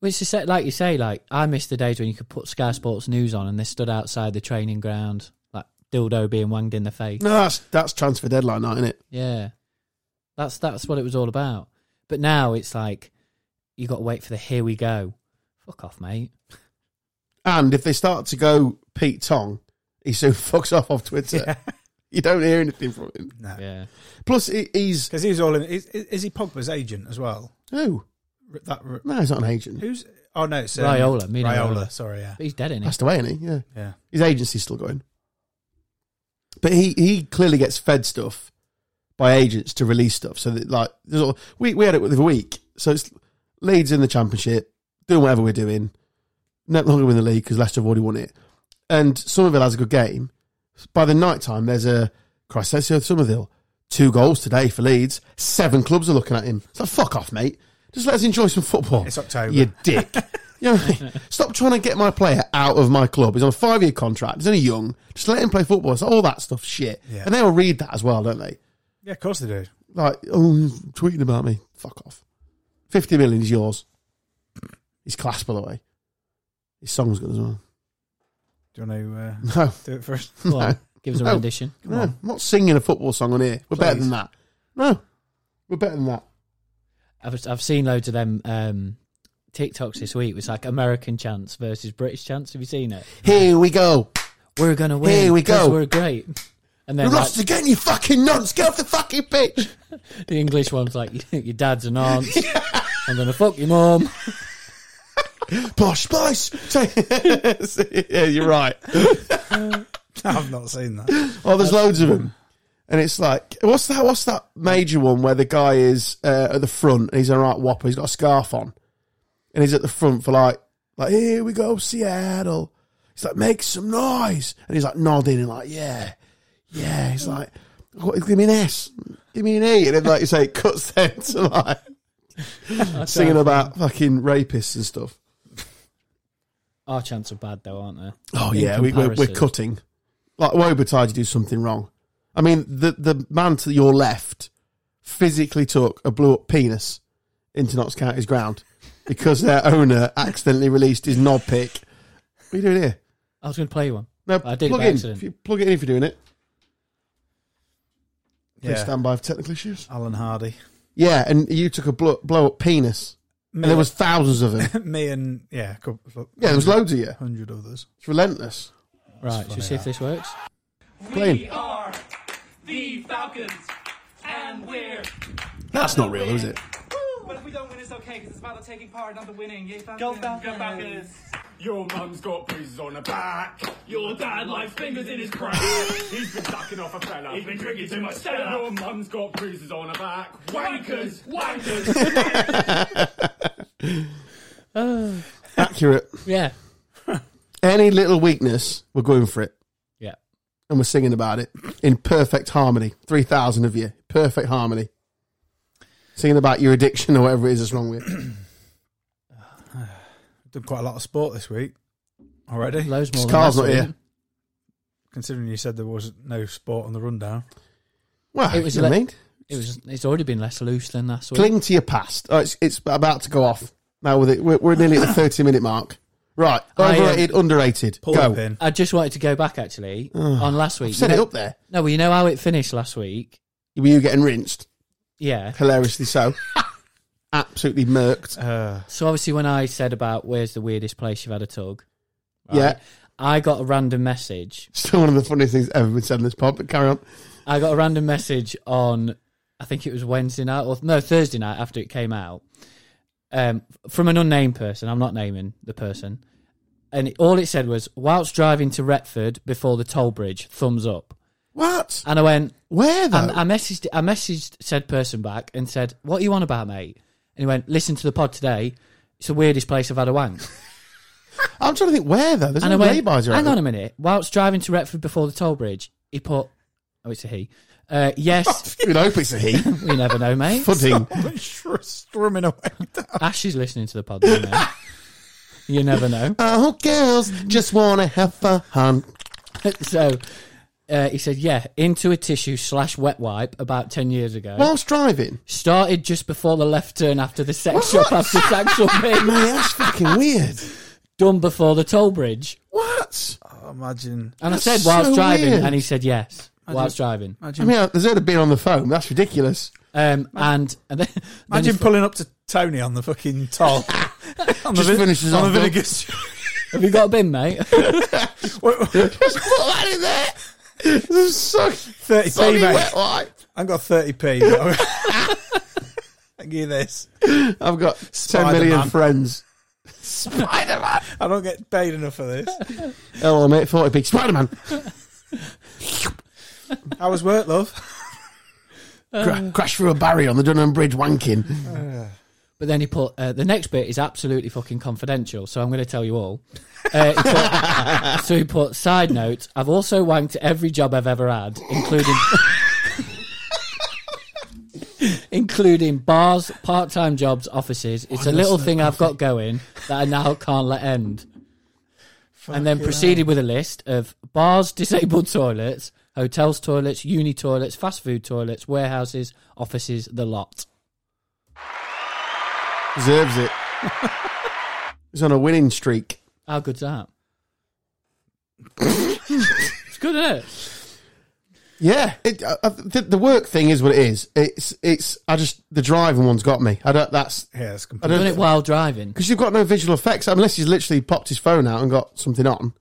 Speaker 2: Well, it's just, like you say, like I miss the days when you could put Sky Sports News on and they stood outside the training ground, like dildo being wanged in the face.
Speaker 1: No, that's that's transfer deadline night, isn't it?
Speaker 2: Yeah, that's that's what it was all about. But now it's like you got to wait for the here we go. Fuck off, mate.
Speaker 1: And if they start to go Pete Tong, he soon fucks off off Twitter.
Speaker 3: Yeah.
Speaker 1: You don't hear anything from him.
Speaker 3: No.
Speaker 2: Yeah,
Speaker 1: Plus, he, he's
Speaker 3: Because he's all in. Is, is he Pogba's agent as well?
Speaker 1: oh
Speaker 3: R- That r-
Speaker 1: no, he's not an agent.
Speaker 3: who's? Oh no, it's um,
Speaker 2: Raiola, Mino
Speaker 3: Raiola.
Speaker 2: Raiola.
Speaker 3: Sorry, yeah,
Speaker 2: but he's dead in it.
Speaker 1: Passed away, isn't he? Yeah,
Speaker 3: yeah.
Speaker 1: his agency's still going. But he he clearly gets fed stuff by agents to release stuff. So that like there's all, we we had it with the week. So it's Leeds in the championship, doing whatever we're doing. No longer win the league because Leicester have already won it. And Somerville has a good game. By the night time, there's a Christ says so Somerville. Two goals today for Leeds. Seven clubs are looking at him. It's like fuck off, mate. Just let us enjoy some football.
Speaker 3: It's October.
Speaker 1: You dick. You know what I mean? Stop trying to get my player out of my club. He's on a five year contract. He's only young. Just let him play football. It's all that stuff, shit.
Speaker 3: Yeah.
Speaker 1: And they'll read that as well, don't they?
Speaker 3: Yeah, of course they do.
Speaker 1: Like, oh, he's tweeting about me. Fuck off. 50 million is yours. He's class, by the way. His song's good as well.
Speaker 3: Do you want to uh,
Speaker 1: No,
Speaker 3: do it first?
Speaker 2: Go on. Give us a
Speaker 1: No.
Speaker 2: rendition.
Speaker 1: No, I'm not singing a football song on here. We're better
Speaker 3: Please.
Speaker 1: than that. No, we're better than that.
Speaker 2: I've I've seen loads of them um, TikToks this week. It's like American chants versus British chants. Have you seen it?
Speaker 1: Here we go.
Speaker 2: We're gonna win.
Speaker 1: Here we
Speaker 2: 'cause
Speaker 1: go.
Speaker 2: We're great. And
Speaker 1: We
Speaker 2: then like,
Speaker 1: lost again, you fucking nonce. Get off the fucking pitch.
Speaker 2: the English ones like your dad's an aunt. I'm gonna fuck your mum.
Speaker 1: Bosh, bosh. yeah, you're right.
Speaker 3: I've not seen that.
Speaker 1: Oh, there's loads of them. And it's like, what's that? What's that major one where the guy is uh, at the front and he's a right whopper? He's got a scarf on, and he's at the front for like, like here we go, Seattle. He's like, make some noise, and he's like nodding and like, yeah, yeah. He's like, what, give me an S, give me an E, and then like you say, it cuts them to like singing about fucking rapists and stuff.
Speaker 2: Our chants are bad though, aren't they?
Speaker 1: Oh
Speaker 2: in
Speaker 1: yeah, we, we're, we're
Speaker 2: comparison.
Speaker 1: cutting. Like Wobatide, you do something wrong. I mean, the the man to your left physically took a blew up penis into Knox County's ground because their owner accidentally released his knob pick. What are you doing here?
Speaker 2: I was gonna play you one.
Speaker 1: No,
Speaker 2: I did it
Speaker 1: plug
Speaker 2: by
Speaker 1: in.
Speaker 2: accident.
Speaker 1: If you plug it in if you're doing it. Please
Speaker 3: Yeah,
Speaker 1: stand by for technical issues.
Speaker 3: Alan Hardy.
Speaker 1: Yeah, and you took a blow, blow up penis,
Speaker 3: Me,
Speaker 1: and there was thousands of them.
Speaker 3: me and yeah, a couple,
Speaker 1: Yeah, there was loads of you.
Speaker 3: hundred others.
Speaker 1: It's relentless.
Speaker 2: Right, shall we see if this works?
Speaker 1: Playing.
Speaker 4: are the Falcons, and we're.
Speaker 1: That's not real, is it?
Speaker 4: But if we don't win, it's okay because it's about the taking part, not the winning. Yay, Falcons! Go Falcons! Go Falcons!
Speaker 5: Your mum's got bruises on her back. Your dad likes fingers in his crack. He's been sucking off a fella. He's been drinking too much Stella. Your mum's got bruises on her back. Wankers! Wankers!
Speaker 1: Accurate.
Speaker 2: Yeah.
Speaker 1: Any little weakness, we're going for it.
Speaker 2: Yeah.
Speaker 1: and we're singing about it in perfect harmony. 3,000 of you, perfect harmony. Singing about your addiction or whatever it is that's wrong with you.
Speaker 3: Done quite a lot of sport this week already.
Speaker 2: Loads more. than
Speaker 1: Carl's
Speaker 2: last
Speaker 1: not
Speaker 2: week.
Speaker 1: here.
Speaker 3: Considering you said there was no sport on the rundown.
Speaker 1: Well,
Speaker 2: It was
Speaker 1: you know what I
Speaker 2: like-
Speaker 1: mean?
Speaker 2: It was. It's already been less loose than last week.
Speaker 1: Cling to your past. Oh, it's, it's about to go off. Now with it, we're, we're nearly at the 30 minute mark. Right.
Speaker 2: I, um,
Speaker 1: Overrated, underrated.
Speaker 3: Pull
Speaker 1: go.
Speaker 3: the pin.
Speaker 2: I just wanted to go back actually on last week.
Speaker 1: Set
Speaker 2: You
Speaker 1: it
Speaker 2: know-
Speaker 1: up there.
Speaker 2: No, well, you know how it finished last week.
Speaker 1: Were you getting rinsed?
Speaker 2: Yeah.
Speaker 1: Hilariously so. Absolutely murked.
Speaker 3: Uh,
Speaker 2: So obviously, when I said about where's the weirdest place you've had a tug, right,
Speaker 1: Yeah.
Speaker 2: I got a random message.
Speaker 1: Still one of the funniest things ever been said in this pod, but carry on.
Speaker 2: I got a random message on, I think it was Wednesday night or no Thursday night after it came out, um, from an unnamed person. I'm not naming the person, and it- all it said was, "Whilst driving to Retford before the toll bridge, thumbs up."
Speaker 1: What?
Speaker 2: And I went,
Speaker 1: Where though?
Speaker 2: I, I messaged I messaged said person back and said, "What are you on about, mate?" And he went, "Listen to the pod today. It's the weirdest place I've had a wank."
Speaker 1: I'm trying to think where though. There's
Speaker 2: And I
Speaker 1: no
Speaker 2: went,
Speaker 1: laybys around.
Speaker 2: "Hang on a minute." Whilst driving to Retford before the toll bridge, he put, "Oh, it's a he." Uh, yes,
Speaker 1: We hope it's a he.
Speaker 2: we never know, mate.
Speaker 1: Pudding.
Speaker 3: strumming away.
Speaker 2: Ash is listening to the pod. You, know. you never know.
Speaker 1: Oh, girls just want to have fun.
Speaker 2: So uh, he said, "Yeah, into a tissue slash wet wipe about ten years ago.
Speaker 1: Whilst driving.
Speaker 2: Started just before the left turn after the sex shop after sexual bin.
Speaker 1: Man, that's fucking weird.
Speaker 2: Done before the toll bridge."
Speaker 1: What?
Speaker 3: imagine,
Speaker 2: And
Speaker 1: That's
Speaker 2: I said whilst
Speaker 1: so
Speaker 2: driving,
Speaker 1: weird.
Speaker 2: and he said yes whilst driving.
Speaker 1: I
Speaker 3: imagine,
Speaker 1: mean, there's only been on the phone. That's ridiculous.
Speaker 2: Um, and and then, then he
Speaker 3: imagine
Speaker 2: fu-
Speaker 3: pulling up to Tony on the fucking toll. on
Speaker 1: Just
Speaker 3: the,
Speaker 1: finishes
Speaker 3: on
Speaker 1: off,
Speaker 3: the
Speaker 1: don't-
Speaker 3: vinegar.
Speaker 2: have you got a bin, mate?
Speaker 1: Just put that in there. This is so
Speaker 3: Thirty p,
Speaker 1: bloody
Speaker 3: mate.
Speaker 1: wet wipe.
Speaker 3: I've got thirty p. Thank you. This.
Speaker 1: I've got 10
Speaker 3: Spider-Man.
Speaker 1: million friends. Spider Man.
Speaker 3: I don't get paid enough for this.
Speaker 1: Hello, Oh, mate. 40 big Spider Man.
Speaker 3: How was work, love?
Speaker 1: Crash through a barrier on the Dunham Bridge wanking.
Speaker 2: But then he put uh, the next bit is absolutely fucking confidential, so I'm going to tell you all. Uh, he put- so he put side note: I've also wanked at every job I've ever had, including including bars, part-time jobs, offices. It's a little thing I've got going that I now can't let end. and then proceeded with a list of bars, disabled toilets, hotels toilets, uni toilets, fast food toilets, warehouses, offices, the lot.
Speaker 1: Deserves it. He's on a winning streak.
Speaker 2: How good's that? it's good, isn't it?
Speaker 1: Yeah, it, I, I, the, the work thing is what it is. It's it's. I just the driving one's got me. I don't. That's
Speaker 3: Yeah, it's
Speaker 1: I
Speaker 3: complete.
Speaker 2: Done it
Speaker 1: don't
Speaker 2: while driving.
Speaker 1: because you've got no visual effects unless he's literally popped his phone out and got something on,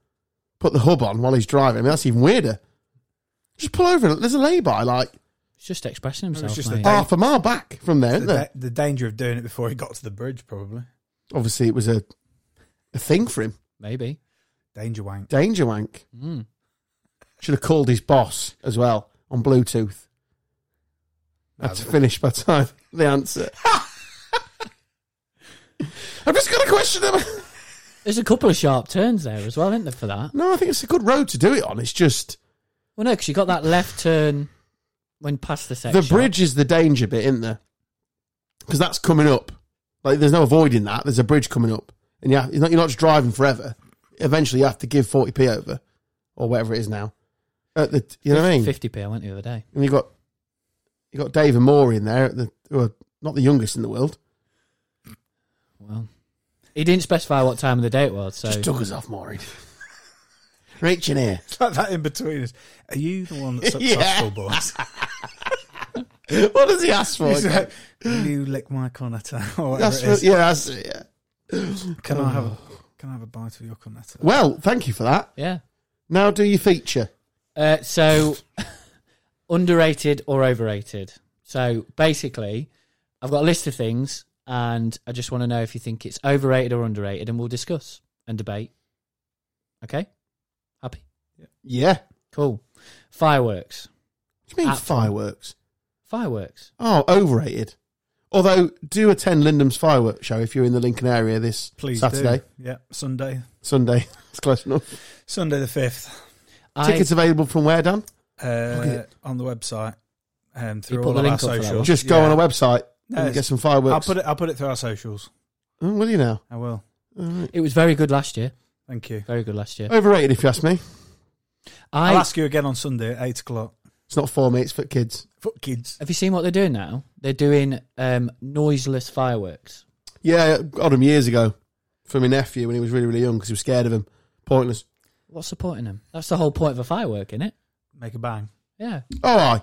Speaker 1: put the hub on while he's driving. I mean, that's even weirder. Just pull over. and There's a lay by like
Speaker 2: He's just expressing himself.
Speaker 3: It's just a
Speaker 2: mate.
Speaker 3: day.
Speaker 1: half a mile back from there,
Speaker 3: the,
Speaker 1: isn't there?
Speaker 3: da- the danger of doing it before he got to the bridge, probably.
Speaker 1: Obviously, it was a a thing for him.
Speaker 2: Maybe.
Speaker 3: Danger wank.
Speaker 1: Danger wank. Should have called his boss as well on Bluetooth. Had to finish by the time the answer. I've just got a question. about-
Speaker 2: There's a couple of sharp turns there as well, isn't there, for that?
Speaker 1: No, I think it's a good road to do it on. It's just
Speaker 2: Well, no, because you got that left turn when past the section.
Speaker 1: the bridge is the danger bit, isn't there? Because that's coming up. Like, there's no avoiding that. There's a bridge coming up, and yeah, you're not, you're not just driving forever. Eventually, you have to give 40p over, or whatever it is now. At the, you know what I mean?
Speaker 2: 50p, I went the other day.
Speaker 1: and you got you got David Moore in there, the, who are not the youngest in the world.
Speaker 2: Well, he didn't specify what time of the day it was, so
Speaker 1: Just took us off, Maury. Reaching here,
Speaker 3: It's like that in between us. Are you the one that's
Speaker 1: Yeah.
Speaker 3: successful, boss?
Speaker 1: what does he ask for?
Speaker 3: He's like, "Will you lick my cornetta or whatever
Speaker 1: That's
Speaker 3: it is?
Speaker 1: for- yeah, that's yeah. Oh.
Speaker 3: Can I have a, can I have a bite of your cornetta?
Speaker 1: Well, thank you for that.
Speaker 2: yeah.
Speaker 1: Now do your feature.
Speaker 2: Uh, so, underrated or overrated? So basically, I've got a list of things, and I just want to know if you think it's overrated or underrated, and we'll discuss and debate. Okay, happy,
Speaker 1: Yeah.
Speaker 2: cool. Fireworks,
Speaker 1: What do you mean
Speaker 2: At-
Speaker 1: fireworks?
Speaker 2: fireworks.
Speaker 1: Oh, overrated. Although, do attend Lindham's fireworks show if you're in the Lincoln area this
Speaker 3: Please
Speaker 1: Saturday,
Speaker 3: do. Yeah, Sunday.
Speaker 1: Sunday. It's close enough.
Speaker 3: Sunday the 5th.
Speaker 2: I,
Speaker 1: Tickets available from where, Dan?
Speaker 3: Uh, on the website. Um, through
Speaker 2: put
Speaker 3: all
Speaker 2: the
Speaker 3: of our
Speaker 2: link up for that
Speaker 3: socials.
Speaker 2: one?
Speaker 1: Just go
Speaker 3: Yeah.
Speaker 1: on a website and
Speaker 3: No, it's-
Speaker 1: get some fireworks.
Speaker 3: I'll put it. I'll put it through our socials.
Speaker 1: Oh, will you now?
Speaker 3: I will.
Speaker 1: All right.
Speaker 2: it was very good last year.
Speaker 3: Thank you.
Speaker 2: Very good last year.
Speaker 3: Uh,
Speaker 1: Overrated, if you ask me.
Speaker 2: I
Speaker 3: I'll ask you again on Sunday at eight o'clock.
Speaker 1: It's not for me. It's for kids.
Speaker 3: Fuck kids.
Speaker 2: have you seen what they're doing now? They're doing um, noiseless fireworks.
Speaker 1: Yeah, I got him years ago for my nephew when he was really, really young because he was scared of him. Pointless.
Speaker 2: What's supporting them? That's the whole point of a firework, isn't it?
Speaker 3: Make a bang.
Speaker 2: Yeah.
Speaker 1: Oh, aye.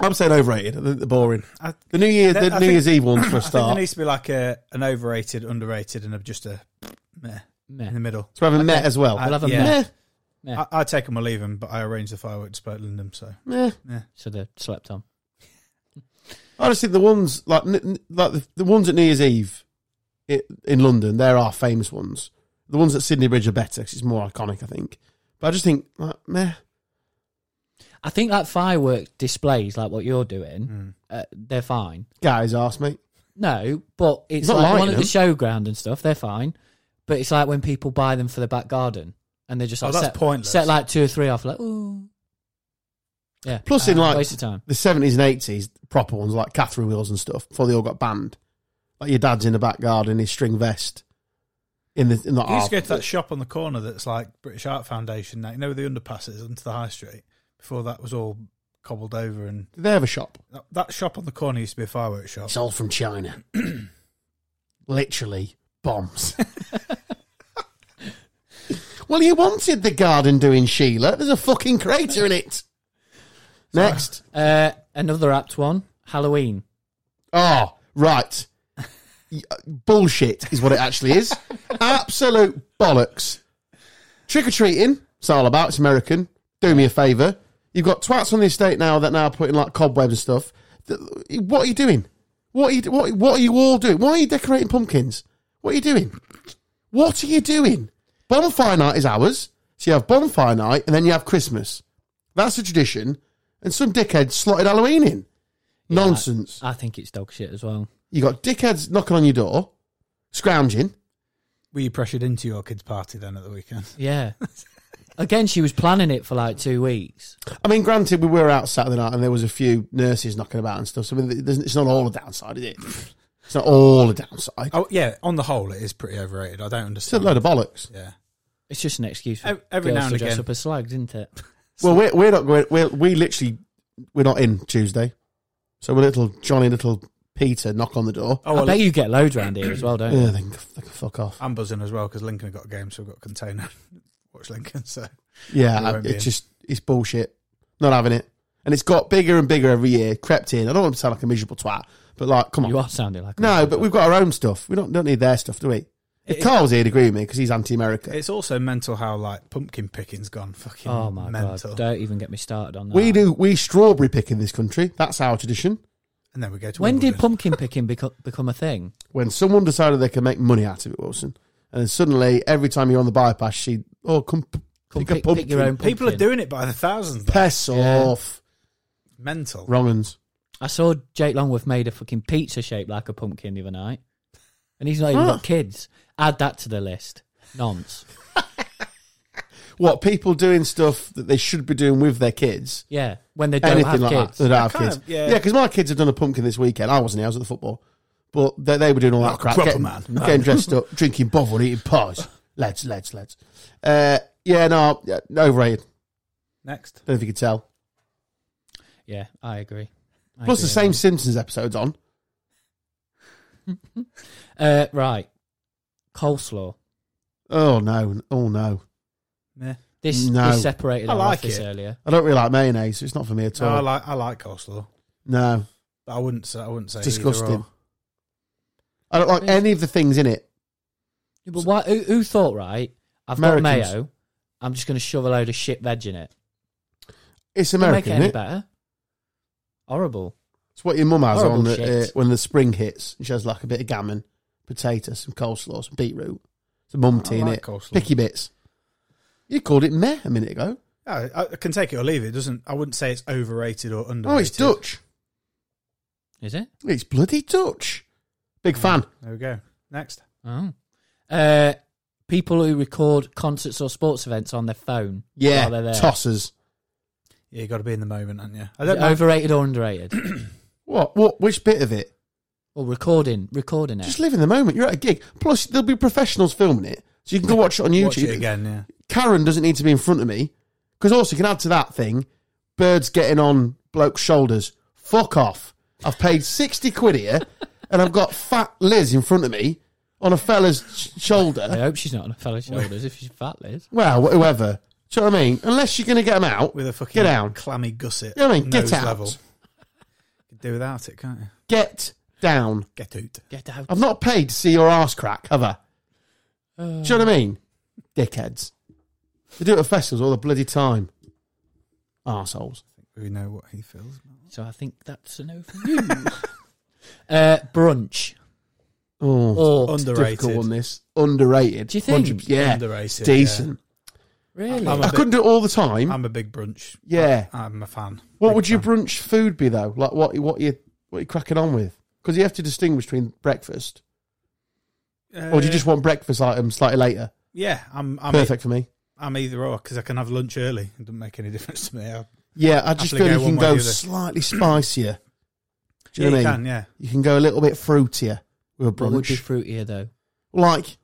Speaker 1: I'm saying overrated. I think they're boring.
Speaker 3: I-
Speaker 1: The New Year, the
Speaker 3: I
Speaker 1: New
Speaker 3: think-
Speaker 1: Year's Eve ones for a
Speaker 3: I think there
Speaker 1: start.
Speaker 3: needs to be like a an overrated, underrated, and a, just a meh
Speaker 2: Meh.
Speaker 3: in the middle.
Speaker 1: So having met as well.
Speaker 2: I'll have a
Speaker 3: Yeah.
Speaker 2: meh.
Speaker 1: Meh,
Speaker 2: Yeah.
Speaker 3: I, I take them or leave them, but I arrange the fireworks at Lindham. So
Speaker 1: meh.
Speaker 2: So they slept on.
Speaker 1: I just think the ones like n- n- like the, the ones at New Year's Eve i in London, there are famous ones. The ones at Sydney Bridge are better 'cause it's more iconic, I think. But I just think like meh.
Speaker 2: I think like firework displays, like what you're doing,
Speaker 3: Hmm.
Speaker 2: uh, they're fine.
Speaker 1: Guys, ass mate.
Speaker 2: No, but it's
Speaker 1: Not
Speaker 2: like
Speaker 1: lighting
Speaker 2: one at the showground and stuff. They're fine, but it's like when people buy them for the back garden and they just
Speaker 3: Oh,
Speaker 2: like
Speaker 3: that's
Speaker 2: set,
Speaker 3: pointless.
Speaker 2: set like two or three off, like ooh, yeah. Uh,
Speaker 1: Plus, in like
Speaker 2: waste of time.
Speaker 1: the seventies and eighties, proper ones like Catherine wheels and stuff before they all got banned. Like your dad's in the back garden in his string vest, in the in the
Speaker 3: you
Speaker 2: Oh,
Speaker 3: used to go
Speaker 1: half-
Speaker 3: to that shop on the corner that's like British Art Foundation. Now you know where the underpasses onto the high street. Before that was all cobbled over, and
Speaker 1: Did they have a shop?
Speaker 3: that, that shop on the corner used to be a fireworks shop.
Speaker 1: It's all from China. Literally bombs. well, you wanted the garden doing Sheila. There's a fucking crater in it. Next,
Speaker 2: Uh, another apt one, Halloween.
Speaker 1: oh right, Y- uh, bullshit is what it actually is. Absolute bollocks. Trick or treating, it's all about. It's American. Do me a favour. You've got twats on the estate now that now putting like cobwebs and stuff. Th- What are you doing? What are you, what, what are you all doing? Why are you decorating pumpkins? What are you doing? What are you doing? Bonfire night is ours. So you have bonfire night and then you have Christmas. That's a tradition. And some dickhead slotted Halloween in. Nonsense.
Speaker 2: I think it's dog shit as well.
Speaker 1: You got dickheads knocking on your door, scrounging.
Speaker 3: Were you pressured into your kids' party then at the weekend?
Speaker 2: Yeah. Again, she was planning it for like two weeks.
Speaker 1: I mean, granted, we were out Saturday night and there was a few nurses knocking about and stuff. So I mean, there's- it's not all a downside, is it? It's not all a downside.
Speaker 3: Oh yeah, on the whole, it is pretty overrated. I don't
Speaker 1: It's a
Speaker 3: understand.
Speaker 1: load of bollocks.
Speaker 3: yeah,
Speaker 2: It's just an excuse for
Speaker 3: Ev- every
Speaker 2: girls
Speaker 3: now
Speaker 2: to
Speaker 3: and
Speaker 2: dress
Speaker 3: again.
Speaker 2: up as slags, isn't it?
Speaker 1: Well, we're, we're not going. We're, we literally we're not in Tuesday, so we're little Johnny, little Peter knock on the door.
Speaker 3: Oh,
Speaker 2: I
Speaker 3: well,
Speaker 2: bet you get loads round here as well, don't you?
Speaker 1: Yeah, they can, they can fuck off.
Speaker 3: I'm buzzing as well because Lincoln have got a game, so we've got a container. Watch Lincoln. So
Speaker 1: Yeah,
Speaker 3: won't be
Speaker 1: it's
Speaker 3: in.
Speaker 1: just it's bullshit. Not having it. And it's got bigger and bigger every year, crept in. I don't want to sound like a miserable twat, but like, come on.
Speaker 2: You are sounding like a-
Speaker 1: No, but we've got our own stuff. We don't don't need their stuff, do we? If Carl's here, he'd agree with me because he's anti-America.
Speaker 3: It's also mental how like pumpkin picking's gone fucking
Speaker 2: Oh my
Speaker 3: mental.
Speaker 2: god! Don't even get me started on that.
Speaker 1: we do we strawberry pick in this country. That's our tradition.
Speaker 3: And then we go to
Speaker 2: When did
Speaker 3: Wimbledon.
Speaker 2: pumpkin picking become, become a thing?
Speaker 1: When someone decided they could make money out of it, Wilson, and then suddenly every time you're on the bypass, she oh come, p-
Speaker 2: Come
Speaker 1: pick, a pumpkin.
Speaker 2: your own pumpkin.
Speaker 3: people are doing it by the thousands? though.
Speaker 1: Piss off,
Speaker 3: mental.
Speaker 1: wrong uns.
Speaker 2: I saw Jake Longworth made a fucking pizza shaped like a pumpkin the other night, and he's not even
Speaker 1: Huh.
Speaker 2: got kids. Add that to the list. Nonce.
Speaker 1: What people doing stuff that they should be doing with their kids?
Speaker 2: Yeah, when they don't
Speaker 1: anything
Speaker 2: have
Speaker 1: like
Speaker 2: kids.
Speaker 1: that? They don't have
Speaker 3: kind
Speaker 1: kids.
Speaker 3: of, yeah.
Speaker 1: yeah, because my kids have done a pumpkin this weekend. I wasn't here. I was at the football, but they, they were doing all that crap.
Speaker 3: proper
Speaker 1: getting,
Speaker 3: man.
Speaker 1: getting dressed up, drinking bovril, eating pies. Lads, lads, lads. Uh, yeah, no, yeah, overrated.
Speaker 3: Next,
Speaker 1: Don't know if you could tell.
Speaker 2: Yeah, I agree. I
Speaker 1: Plus, the
Speaker 2: agree,
Speaker 1: same
Speaker 2: I
Speaker 1: Simpsons episodes on.
Speaker 2: agree. Uh, right, coleslaw.
Speaker 1: Oh no! Oh no!
Speaker 3: yeah.
Speaker 2: This,
Speaker 1: No.
Speaker 2: this separated
Speaker 3: I
Speaker 2: our
Speaker 3: like
Speaker 2: office
Speaker 3: it.
Speaker 2: earlier.
Speaker 1: I don't really like mayonnaise. So it's not for me at
Speaker 3: No, I
Speaker 1: all.
Speaker 3: like I like coleslaw,
Speaker 1: no,
Speaker 3: but I wouldn't say I wouldn't say either
Speaker 1: disgusting.
Speaker 3: or.
Speaker 1: I don't like any of the things in it.
Speaker 2: Yeah, But why, who, who thought right? I've
Speaker 1: Americans.
Speaker 2: got mayo. I'm just going to shove a load of shit veg in it.
Speaker 1: It's
Speaker 2: Doesn't make
Speaker 1: American,
Speaker 2: it
Speaker 1: isn't
Speaker 2: any
Speaker 1: it?
Speaker 2: better. Horrible.
Speaker 1: It's what your mum has
Speaker 2: Horrible
Speaker 1: on the, uh,
Speaker 2: shit.
Speaker 1: when the spring hits. And she has like a bit of gammon, potato, some coleslaw, some beetroot, some mum tea
Speaker 3: I
Speaker 1: in
Speaker 3: like
Speaker 1: it,
Speaker 3: coleslaw.
Speaker 1: picky bits. You called it meh a minute ago.
Speaker 3: Yeah, I, I can take it or leave it. it. Doesn't I wouldn't say it's overrated or underrated.
Speaker 1: Oh, it's Dutch.
Speaker 2: Is it?
Speaker 1: It's bloody Dutch. Big fan.
Speaker 3: There we go. Next,
Speaker 2: Oh. Uh, people who record concerts or sports events on their phone.
Speaker 1: Yeah,
Speaker 3: Oh,
Speaker 2: While they're there.
Speaker 1: tossers.
Speaker 3: yeah, you got to be in the moment, aren't you? I
Speaker 2: Is
Speaker 3: don't
Speaker 2: it
Speaker 3: know.
Speaker 2: overrated or underrated?
Speaker 1: What? What? Which bit of it?
Speaker 2: or recording, recording it.
Speaker 1: Just live in the moment. You're at a gig. Plus, there'll be professionals filming it, so you can go watch it on YouTube.
Speaker 3: Watch it again. Yeah,
Speaker 1: Karen doesn't need to be in front of me because also you can add to that thing birds getting on bloke's shoulders. Fuck off. I've paid 60 quid here and I've got fat Liz in front of me on a fella's sh-
Speaker 2: I
Speaker 1: shoulder.
Speaker 2: hope she's not on a fellow's shoulders if she's fat, Liz.
Speaker 1: Well, wh- whoever. Do you know what I mean? Unless you're going to get them out,
Speaker 3: with a fucking
Speaker 1: get down.
Speaker 3: clammy gusset.
Speaker 1: You know what I mean? Get
Speaker 3: nose
Speaker 1: out.
Speaker 3: Level. Could do without it, can't you?
Speaker 1: Get down.
Speaker 3: Get out.
Speaker 2: Get out.
Speaker 1: I've not paid to see your ass crack, have I? Do you know what I mean? Dickheads. They do it at festivals all the bloody time. Arseholes.
Speaker 3: We know what he feels.
Speaker 2: So I think that's a no from you. uh, brunch.
Speaker 1: Oh,
Speaker 2: Or
Speaker 3: Underrated.
Speaker 1: difficult one this. Underrated.
Speaker 2: Do you think?
Speaker 1: 100% yeah.
Speaker 3: Underrated.
Speaker 1: Decent.
Speaker 2: really?
Speaker 3: I'm a
Speaker 1: I
Speaker 3: bit-
Speaker 1: couldn't do it all the time.
Speaker 3: Yeah. I'm a big brunch.
Speaker 1: yeah.
Speaker 3: I'm a fan.
Speaker 1: what
Speaker 3: Big
Speaker 1: would your
Speaker 3: fan.
Speaker 1: brunch food be though? Like what what you what you cracking on with? Because you have to distinguish between breakfast, or do you
Speaker 3: Uh,
Speaker 1: just want breakfast items slightly later?
Speaker 3: Yeah, I'm. I'm
Speaker 1: Perfect for me.
Speaker 3: I'm either or because I can have lunch early. It doesn't make any difference to me. I,
Speaker 1: Yeah, I just
Speaker 3: Happily
Speaker 1: feel you
Speaker 3: go one
Speaker 1: can
Speaker 3: way or
Speaker 1: go
Speaker 3: the other.
Speaker 1: slightly spicier. Do you
Speaker 3: yeah,
Speaker 1: know what I mean?
Speaker 3: can, yeah.
Speaker 1: You can go a little bit fruitier with a
Speaker 2: What would be
Speaker 1: brunch,
Speaker 2: fruitier though?
Speaker 1: like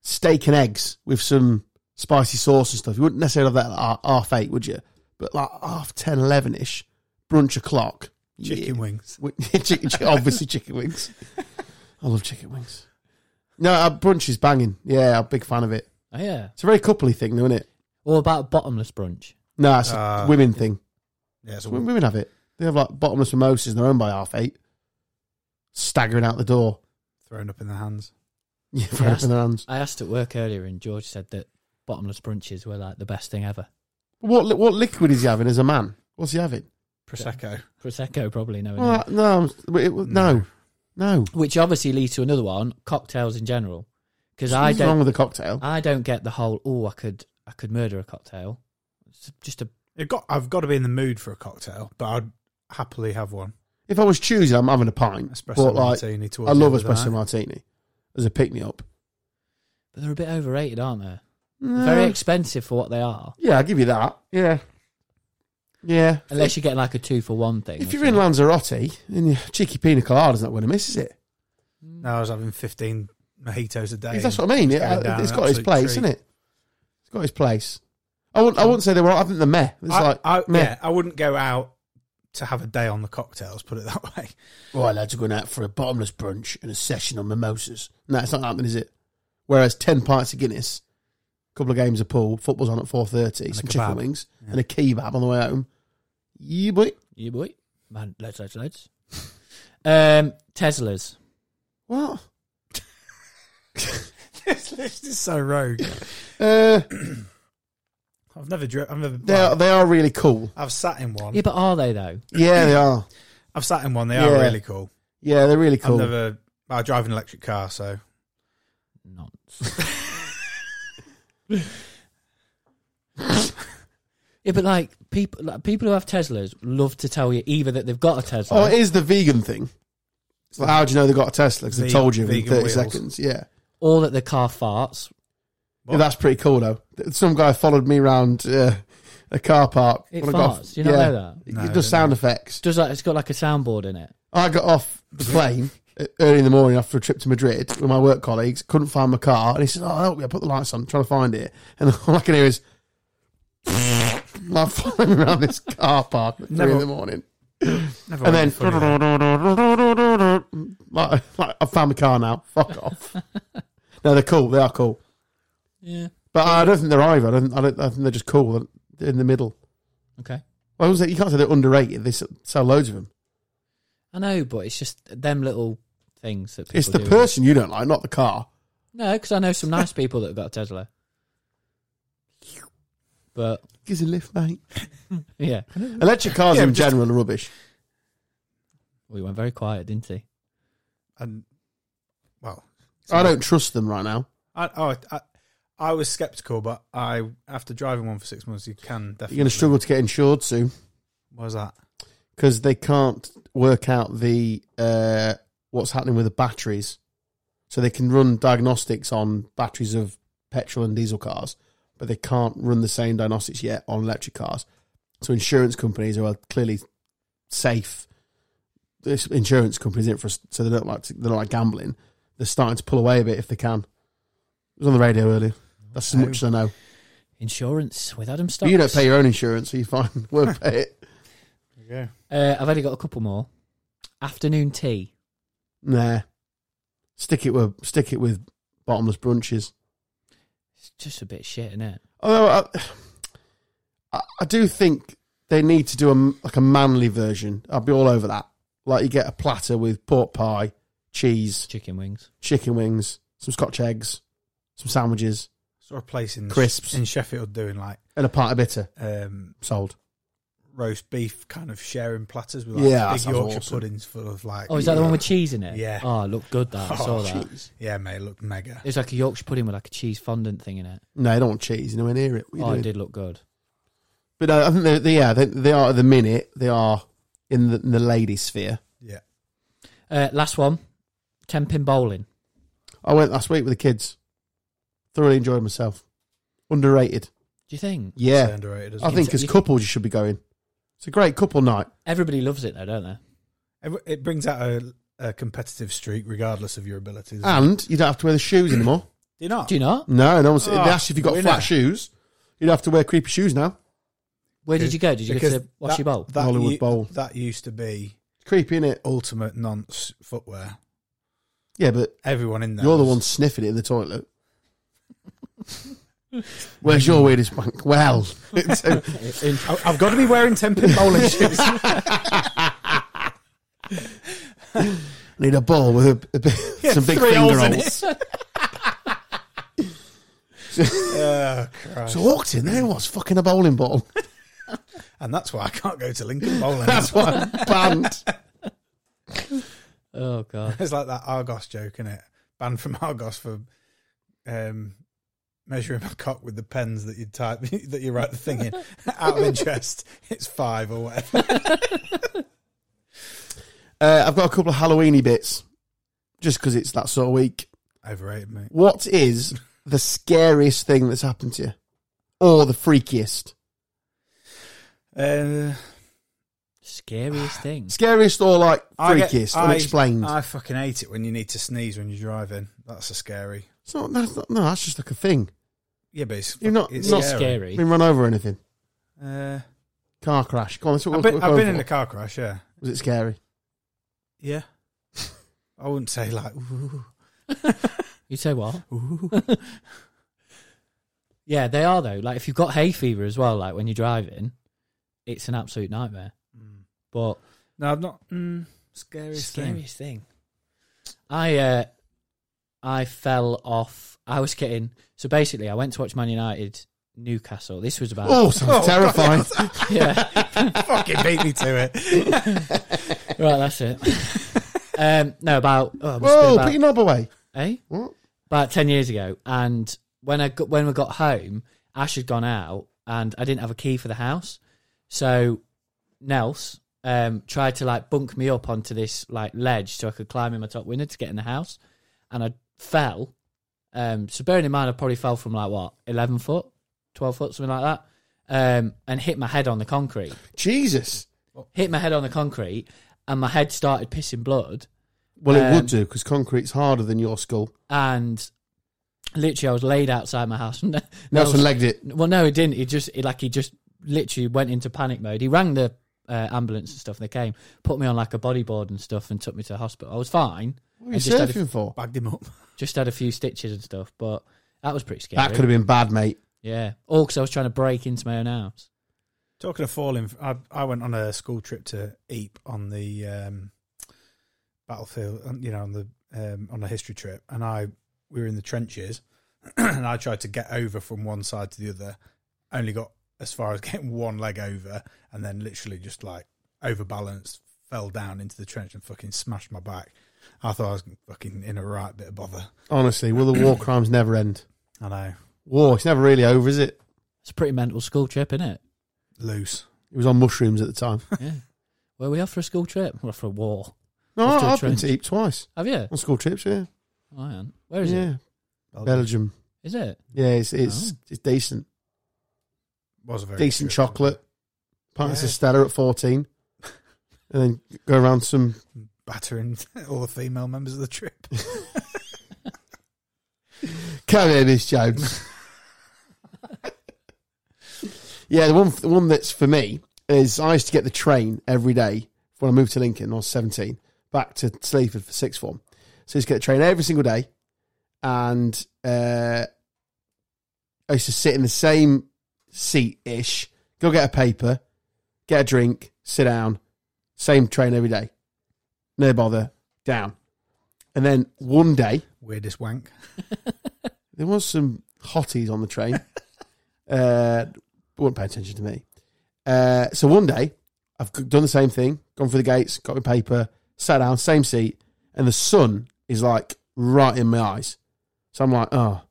Speaker 1: steak and eggs with some spicy sauce and stuff. You wouldn't necessarily have that at half- half eight, would you? But like half ten, eleven ish, brunch o'clock.
Speaker 3: Chicken
Speaker 1: yeah.
Speaker 3: wings.
Speaker 1: Wi- chicken, chi- obviously chicken wings. I love chicken wings. No, uh, brunch is banging. Yeah, I'm a big fan of it.
Speaker 2: Oh, yeah.
Speaker 1: It's a very coupley thing, though, isn't it?
Speaker 2: Or about a bottomless brunch.
Speaker 1: No, it's
Speaker 3: Ah.
Speaker 1: a women thing.
Speaker 3: Yeah, so
Speaker 1: W- Women have it. They have like bottomless mimosas and they're owned by half eight. Staggering out the door.
Speaker 3: thrown up in the hands.
Speaker 1: Yeah, for open their hands.
Speaker 2: I asked at work earlier and George said that bottomless brunches were like the best thing ever.
Speaker 1: What li- what liquid is he having as a man? What's he having?
Speaker 3: Prosecco.
Speaker 2: Prosecco probably no.
Speaker 1: Well, no, I'm- but it, w- no, no.
Speaker 2: Which obviously leads to another one, cocktails in general. Because I
Speaker 1: What's wrong
Speaker 2: don't
Speaker 1: with the cocktail?
Speaker 2: I don't get the whole oh I could I could murder a cocktail. It's just a
Speaker 3: It got, I've got to be in the mood for a cocktail, but I'd happily have one.
Speaker 1: If I was choosing, I'm having a pint.
Speaker 3: Espresso
Speaker 1: but like,
Speaker 3: martini towards
Speaker 1: I
Speaker 3: the
Speaker 1: love
Speaker 3: end of the
Speaker 1: espresso
Speaker 3: night.
Speaker 1: martini as a pick me up.
Speaker 2: but they're a bit overrated, aren't they? Very expensive for what they are.
Speaker 1: Yeah, I'll give you that. Yeah. Yeah.
Speaker 2: Unless you get like a two for one thing.
Speaker 1: If
Speaker 2: or
Speaker 1: you're in
Speaker 2: something.
Speaker 1: Lanzarote, then your cheeky pina colada's not going to miss, is it?
Speaker 3: No, I was having 15 mojitos a day.
Speaker 1: That's what I mean. It,
Speaker 3: It's going down
Speaker 1: has
Speaker 3: an
Speaker 1: got its
Speaker 3: absolute
Speaker 1: place,
Speaker 3: treat.
Speaker 1: isn't it? It's got its place. I wouldn't, I wouldn't say they were, I think the meh. It's
Speaker 3: I,
Speaker 1: like,
Speaker 3: I,
Speaker 1: meh.
Speaker 3: yeah, I wouldn't go out to have a day on the cocktails, put it that way.
Speaker 1: Right, lads are going out for a bottomless brunch and a session on mimosas. No, it's not happening, is it? Whereas 10 pints of Guinness, a couple of games of pool, football's on at 4.30, some
Speaker 3: kebab.
Speaker 1: chicken wings, and a kebab on the way home. Yeah, boy.
Speaker 2: Yeah, boy. Man, loads, loads, loads. um, Teslas.
Speaker 1: What?
Speaker 3: this list is so rogue.
Speaker 1: Uh,
Speaker 3: I've never dri- I've never
Speaker 1: they are, they are really cool.
Speaker 3: I've sat in one.
Speaker 2: Yeah, but are they though?
Speaker 1: Yeah, they are.
Speaker 3: I've sat in one. They
Speaker 1: Yeah.
Speaker 3: are really cool.
Speaker 1: Yeah, they're really cool.
Speaker 3: I've never I drive an electric car, so
Speaker 2: Nonsense. yeah, but like people, like, people who have Teslas love to tell you either that they've got a Tesla.
Speaker 1: oh, it is the vegan thing. It's like, how do you know they got a Tesla? Because they
Speaker 3: Ve-
Speaker 1: told you in
Speaker 3: vegan
Speaker 1: 30
Speaker 3: wheels.
Speaker 1: seconds. Yeah.
Speaker 2: or that the car farts.
Speaker 1: Yeah, That's pretty cool, though. Some guy followed me around uh, a car park.
Speaker 2: It
Speaker 1: when I got
Speaker 2: farts.
Speaker 1: off-
Speaker 2: Do you not know that?
Speaker 1: It
Speaker 3: No, I
Speaker 1: does
Speaker 3: don't
Speaker 1: sound effects.
Speaker 2: Does that? It's got like a soundboard in it.
Speaker 1: I got off the plane early in the morning after a trip to Madrid with my work colleagues. Couldn't find my car, and he said, "Oh, help me! I put the lights on, trying to find it." And all I can hear is, "I'm flying around this car park at three in
Speaker 3: Never-
Speaker 1: the morning."
Speaker 3: never
Speaker 1: and
Speaker 3: went for it.
Speaker 1: then like, like, I found my car now. Fuck off. no, they're cool. They are cool,
Speaker 2: Yeah.
Speaker 1: but I don't think they're either. I don't. I, don't, I think they're just cool They're in the middle.
Speaker 2: Okay.
Speaker 1: Well, I was like, you can't say they're underrated. They s- sell loads of them.
Speaker 2: I know, but it's just them little things that people
Speaker 1: It's the
Speaker 2: do.
Speaker 1: person you don't like, not the car.
Speaker 2: No, because I know some nice people that have got a Tesla. But
Speaker 1: Gives a lift, mate.
Speaker 2: yeah,
Speaker 1: Electric cars
Speaker 3: Yeah,
Speaker 1: in
Speaker 3: just-
Speaker 1: general are rubbish.
Speaker 2: we went very quiet, didn't he?
Speaker 3: and well,
Speaker 1: I don't trust them right now.
Speaker 3: I, oh, I, I was skeptical, but I after driving one for six months, you can definitely.
Speaker 1: You're going to struggle to get insured soon
Speaker 3: What was that?
Speaker 1: because they can't work out the uh, what's happening with the batteries. So they can run diagnostics on batteries of petrol and diesel cars, but they can't run the same diagnostics yet on electric cars. So insurance companies who are clearly safe. This insurance companies in for us, so they don't like to, they don't like gambling. They're starting to pull away a bit if they can. It was on the radio earlier. That's as much as I know.
Speaker 2: Insurance with Adam Stocks.
Speaker 1: But you don't pay your own insurance, so you're fine. We'll pay it.
Speaker 3: Yeah.
Speaker 2: Uh, I've only got a couple more. Afternoon tea.
Speaker 1: Nah. Stick it with stick it with bottomless brunches.
Speaker 2: It's just a bit shit, isn't it?
Speaker 1: Although I, I, I do think they need to do a like a manly version. I'll be all over that. Like you get a platter with pork pie, cheese,
Speaker 2: Chicken wings.
Speaker 1: chicken wings, some scotch eggs, some sandwiches,
Speaker 3: Saw a place in
Speaker 1: Crisps.
Speaker 3: in Sheffield doing like
Speaker 1: and a pint of bitter.
Speaker 3: um,
Speaker 1: Sold.
Speaker 3: roast beef kind of sharing platters with like
Speaker 1: Yeah, that
Speaker 3: big
Speaker 1: sounds
Speaker 3: Yorkshire
Speaker 1: awesome.
Speaker 3: puddings full of like.
Speaker 2: Oh, is that the one with cheese in it?
Speaker 3: Yeah.
Speaker 2: Oh, it looked good that. I saw
Speaker 3: Oh,
Speaker 2: that.
Speaker 3: Yeah, mate, it looked mega.
Speaker 2: It was like a Yorkshire pudding with like a cheese fondant thing in it.
Speaker 1: No, you don't want cheese. Nowhere near it. What are you
Speaker 2: Oh,
Speaker 1: doing?
Speaker 2: it did look good.
Speaker 1: But no, I think they, they yeah they, they are at the minute they are in the, in the lady sphere.
Speaker 3: Yeah,
Speaker 2: Uh, last one. Ten pin bowling.
Speaker 1: I went last week with the kids. Thoroughly enjoyed myself. Underrated.
Speaker 2: Do you think
Speaker 3: So
Speaker 1: Yeah.
Speaker 3: underrated. As
Speaker 1: I
Speaker 3: well.
Speaker 1: think as couples you should be going. It's a great couple night.
Speaker 2: everybody loves it though, don't they?
Speaker 3: It- it brings out a, a competitive streak, regardless of your abilities.
Speaker 1: And you don't have to wear the shoes anymore.
Speaker 3: do you not?
Speaker 2: Do Ah, you not?
Speaker 1: No, no one's,
Speaker 3: Oh,
Speaker 1: they asked if you got
Speaker 3: winner.
Speaker 1: flat shoes. You'd have to wear creepy shoes now.
Speaker 2: Where did you go? Did you go
Speaker 3: Because
Speaker 2: to wash
Speaker 3: that-
Speaker 2: your bowl?
Speaker 3: That
Speaker 1: Hollywood
Speaker 3: u-
Speaker 1: Bowl.
Speaker 3: That used to be
Speaker 1: Creepy, innit?
Speaker 3: ultimate nonce footwear.
Speaker 1: Yeah, but
Speaker 3: Everyone in there.
Speaker 1: you're the
Speaker 3: was-
Speaker 1: one sniffing it in the toilet. Where's your weirdest wank? Well, it's, uh,
Speaker 2: In-
Speaker 3: I- I've got to be wearing ten pin bowling shoes.
Speaker 1: I need a ball with a, a bit, some big
Speaker 3: three
Speaker 1: finger
Speaker 3: holes
Speaker 1: holes.
Speaker 3: in Oh,
Speaker 1: So
Speaker 3: Christ.
Speaker 1: I walked in there, it was fucking a bowling ball.
Speaker 3: And that's why I can't go to Lincoln Bowling.
Speaker 1: That's what I'm banned.
Speaker 2: oh god.
Speaker 3: it's like that Argos joke, isn't it? Banned from Argos for um, measuring my cock with the pens that you type that you write the thing in. Out of interest, it's five or whatever.
Speaker 1: Uh, I've got a couple of Halloweeny bits, just because it's that sort of week.
Speaker 3: Overrated, mate.
Speaker 1: What is the scariest thing that's happened to you, or the freakiest?
Speaker 3: Uh,
Speaker 2: Scariest thing.
Speaker 1: Scariest or like
Speaker 3: I get-
Speaker 1: freakiest,
Speaker 3: I-
Speaker 1: unexplained?
Speaker 3: I, fucking hate it when you need to sneeze when you're driving. That's a scary.
Speaker 1: it's not, that's not, no, that's just like a thing.
Speaker 3: Yeah, but it's
Speaker 1: You're not-
Speaker 3: it's
Speaker 1: not
Speaker 2: Not scary.
Speaker 1: Been run over or anything?
Speaker 3: Uh,
Speaker 1: Car crash? Go on, that's what
Speaker 3: I've
Speaker 1: we're,
Speaker 3: been,
Speaker 1: we're
Speaker 3: I've
Speaker 1: going
Speaker 3: been in
Speaker 1: for.
Speaker 3: a car crash. Yeah,
Speaker 1: Was it scary?
Speaker 3: yeah. I wouldn't say like. Ooh,
Speaker 2: You say what?
Speaker 3: ooh.
Speaker 2: Yeah, they are though. Like if you've got hay fever as well, like when you're driving, it's an absolute nightmare. But
Speaker 3: No, I've not. Mm,
Speaker 2: scariest,
Speaker 3: thing.
Speaker 2: thing. I uh, I fell off. I was getting so basically. I went to watch Man United Newcastle. This was about
Speaker 1: Oh, sounds terrifying.
Speaker 2: yeah.
Speaker 3: fucking beat me to it.
Speaker 2: Right, that's it. um, no, about oh, it must have been
Speaker 1: Whoa,
Speaker 2: about,
Speaker 1: put your knob away.
Speaker 2: eh?
Speaker 1: What?
Speaker 2: about ten years ago, and when I got, when we got home, Ash had gone out, and I didn't have a key for the house, so Nels um, tried to like bunk me up onto this like ledge so I could climb in my top window to get in the house, and I fell. Um, so bearing in mind, I probably fell from like what eleven foot, twelve foot, something like that, um, and hit my head on the concrete.
Speaker 1: Jesus.
Speaker 2: Hit my head on the concrete, and my head started pissing blood.
Speaker 1: Well, it
Speaker 2: Um,
Speaker 1: would do because concrete's harder than your skull.
Speaker 2: and literally I was laid outside my house. Nelson,
Speaker 1: Nelson legged it.
Speaker 2: well, no, he didn't. He just he, like he just literally went into panic mode. He rang the uh, ambulance and stuff, and they came, put me on like a bodyboard and stuff, and took me to the hospital. I was fine.
Speaker 1: What are
Speaker 2: I
Speaker 1: you
Speaker 2: just had a-
Speaker 1: surfing for?
Speaker 3: Bagged him up.
Speaker 2: Just had a few stitches and stuff, but that was pretty scary.
Speaker 1: That could have been bad, mate.
Speaker 2: yeah. All because I was trying to break into my own house.
Speaker 3: Talking of falling, I, I went on a school trip to Ypres on the um, battlefield, um, you know, on the um, on a history trip, and I we were in the trenches, and I tried to get over from one side to the other, only got as far as getting one leg over, and then literally just like overbalanced, fell down into the trench and fucking smashed my back. I thought I was fucking in a right bit of bother.
Speaker 1: Honestly, will the war crimes never end?
Speaker 3: I know,
Speaker 1: War, it's never really over, is it?
Speaker 2: It's a pretty mental school trip, isn't it?
Speaker 3: loose.
Speaker 1: It was on mushrooms at the time.
Speaker 2: Yeah. Where we off for a school trip? We're off for a war.
Speaker 1: No,
Speaker 2: Off to a
Speaker 1: I've been
Speaker 2: trench.
Speaker 1: to Ypres twice
Speaker 2: Have you?
Speaker 1: on school trips. Yeah,
Speaker 2: Oh, hang on. Where is it?
Speaker 1: yeah, Belgium.
Speaker 2: Is it?
Speaker 1: Yeah, it's it's,
Speaker 2: Oh.
Speaker 1: it's decent.
Speaker 3: was a very
Speaker 1: Decent
Speaker 3: good-
Speaker 1: chocolate. Pints
Speaker 3: Yeah.
Speaker 1: of Stella at fourteen, and then go around some.
Speaker 3: battering all the female members of the trip.
Speaker 1: Come here, Miss Jones. yeah, the one the one that's for me is I used to get the train every day when I moved to Lincoln. When I was seventeen, back to Sleaford for sixth form. So I used to get the train every single day, and uh, I used to sit in the same seat ish. Go get a paper, get a drink, sit down. Same train every day. No bother. Down. And then one day,
Speaker 3: Weirdest wank.
Speaker 1: there was some hotties on the train. uh, wouldn't pay attention to me. Uh, so one day, I've g- done the same thing, gone through the gates, got my paper, sat down, same seat, and the sun is like right in my eyes. So I'm like, oh,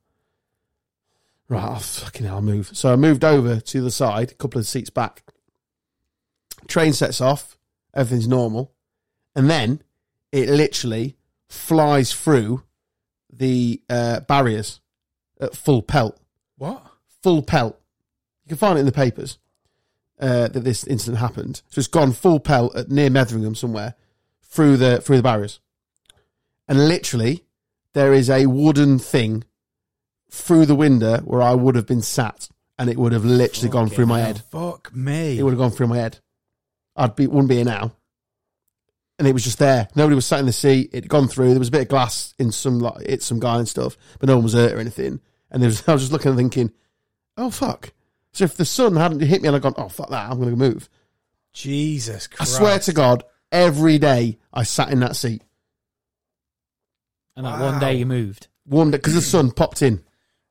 Speaker 1: right, oh, fucking hell, I'll move. So I moved over to the side, a couple of seats back. Train sets off, everything's normal. And then it literally flies through the uh, barriers at full pelt.
Speaker 3: What?
Speaker 1: Full pelt. You can find it in the papers uh, that this incident happened. So it's gone full pelt at near Metheringham somewhere through the through the barriers, and literally there is a wooden thing through the window where I would have been sat, and it would have literally gone through my head.
Speaker 3: Fuck me.
Speaker 1: It would have gone through my head. I'd be wouldn't be here now. And it was just there. Nobody was sat in the seat. It'd gone through. There was a bit of glass in some like it some guy and stuff, but no one was hurt or anything. And there was, I was just looking and thinking, "Oh fuck!" So if the sun hadn't hit me, and I'd gone, "Oh fuck that," I'm going to move.
Speaker 3: Jesus Christ.
Speaker 1: I swear to God, every day I sat in that seat.
Speaker 2: And like one day
Speaker 3: Wow.
Speaker 2: you moved.
Speaker 1: One day because the sun popped in,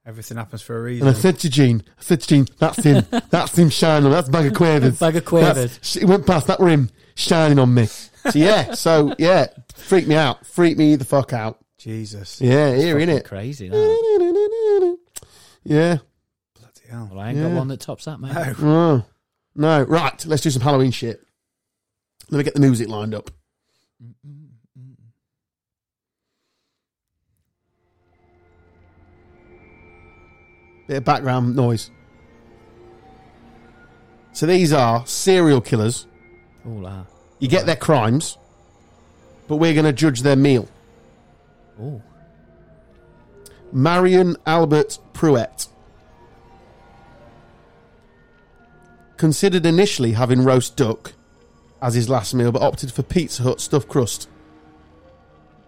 Speaker 3: Everything happens for a
Speaker 1: and
Speaker 3: reason.
Speaker 1: I said to Gene, "I said to Gene, that's him. that's him shining. on That's a bag of quavers.
Speaker 2: Bag of quavers.
Speaker 1: That's, it went past that were him shining on me. So yeah, so yeah, freaked me out. Freaked me the fuck out.
Speaker 3: Jesus.
Speaker 1: Yeah, here in it.
Speaker 2: Crazy. That.
Speaker 1: Yeah.
Speaker 3: Bloody hell.
Speaker 2: Well, I ain't got
Speaker 1: Yeah.
Speaker 2: one that tops that, mate.
Speaker 3: No.
Speaker 1: Oh, no. Right. Let's do some Halloween shit. Let me get the music lined up. Bit of background noise. So these are serial killers.
Speaker 2: All that.
Speaker 1: You get their crimes, but we're going to judge their meal.
Speaker 2: Oh,
Speaker 1: Marion Albert Pruett. Considered initially having roast duck as his last meal, but opted for Pizza Hut stuffed crust.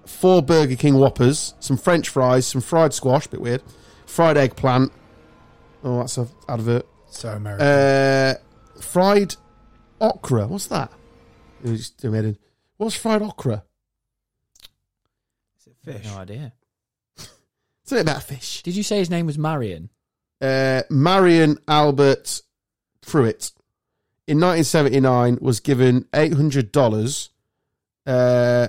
Speaker 1: Four Burger King Whoppers, some French fries, some fried squash, bit weird, fried eggplant. Oh, that's an advert.
Speaker 3: So American.
Speaker 1: Uh, fried Okra. What's that? It was just doing my head in. What's fried okra? Uh,
Speaker 3: Is it fish?
Speaker 2: No idea.
Speaker 1: Something about fish.
Speaker 2: Did you say his name was Marion?
Speaker 1: Uh, Marion Albert Pruitt in 1979 was given $800 uh,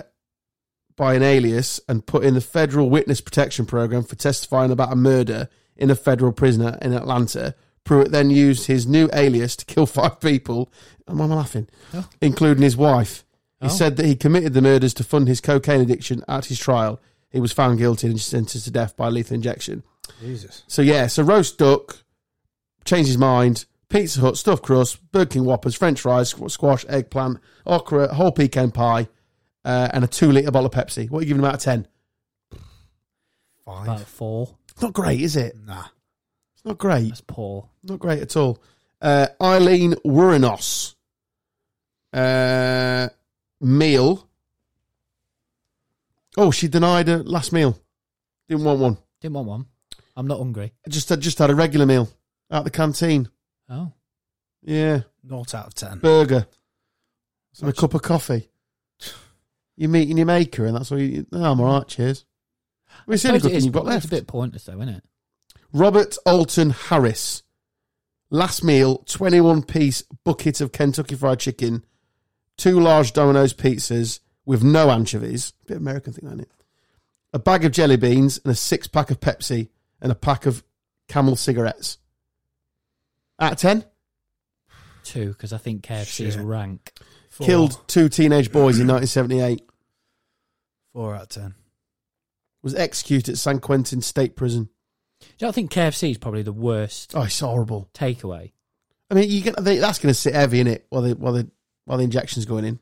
Speaker 1: by an alias and put in the federal witness protection program for testifying about a murder in a federal prisoner in Atlanta. Pruitt then used his new alias to kill five people. Am I laughing?
Speaker 2: Oh.
Speaker 1: Including his wife. He
Speaker 2: Oh.
Speaker 1: said that he committed the murders to fund his cocaine addiction at his trial. He was found guilty and sentenced to death by lethal injection.
Speaker 3: Jesus.
Speaker 1: So yeah, so roast duck, changed his mind. Pizza Hut, stuffed crust, Burger King Whoppers, French fries, squ- squash, eggplant, okra, whole pecan pie, uh, and a two liter bottle of Pepsi. What are you giving him out of ten?
Speaker 3: Five.
Speaker 2: About four.
Speaker 1: It's not great, is it?
Speaker 3: Nah.
Speaker 1: It's not great.
Speaker 2: That's poor.
Speaker 1: Not great at all. Uh, Eileen Wurinos. Uh, meal. Oh, she denied a last meal. Didn't want one.
Speaker 2: Didn't want one. I'm not hungry.
Speaker 1: Just had just had a regular meal out the canteen.
Speaker 2: Oh,
Speaker 1: Yeah,
Speaker 3: Naught out of ten.
Speaker 1: burger.
Speaker 3: So
Speaker 1: and a cup of coffee. You're meeting your maker, and that's all you. No, I'm all right. Cheers. Well, it's the only
Speaker 2: Suppose
Speaker 1: good
Speaker 2: it
Speaker 1: thing
Speaker 2: is,
Speaker 1: you've got
Speaker 2: but it's
Speaker 1: left.
Speaker 2: a bit pointless, though, isn't it?
Speaker 1: Robert Alton Harris. Last meal: twenty-one piece bucket of Kentucky Fried Chicken, two large Domino's pizzas with no anchovies. Bit American thing, ain't it? A bag of jelly beans and a six-pack of Pepsi and a pack of Camel cigarettes. Out of ten,
Speaker 2: Two, because I think KFC is
Speaker 3: Shit.
Speaker 2: rank.
Speaker 3: Four.
Speaker 1: killed two teenage boys in 1978.
Speaker 3: Four out of ten.
Speaker 1: Was executed at San Quentin State Prison.
Speaker 2: Do you I think KFC is probably the worst
Speaker 1: Oh, it's horrible.
Speaker 2: takeaway?
Speaker 1: I mean, you get they, that's going to sit heavy in it while the while the while the injection's going in,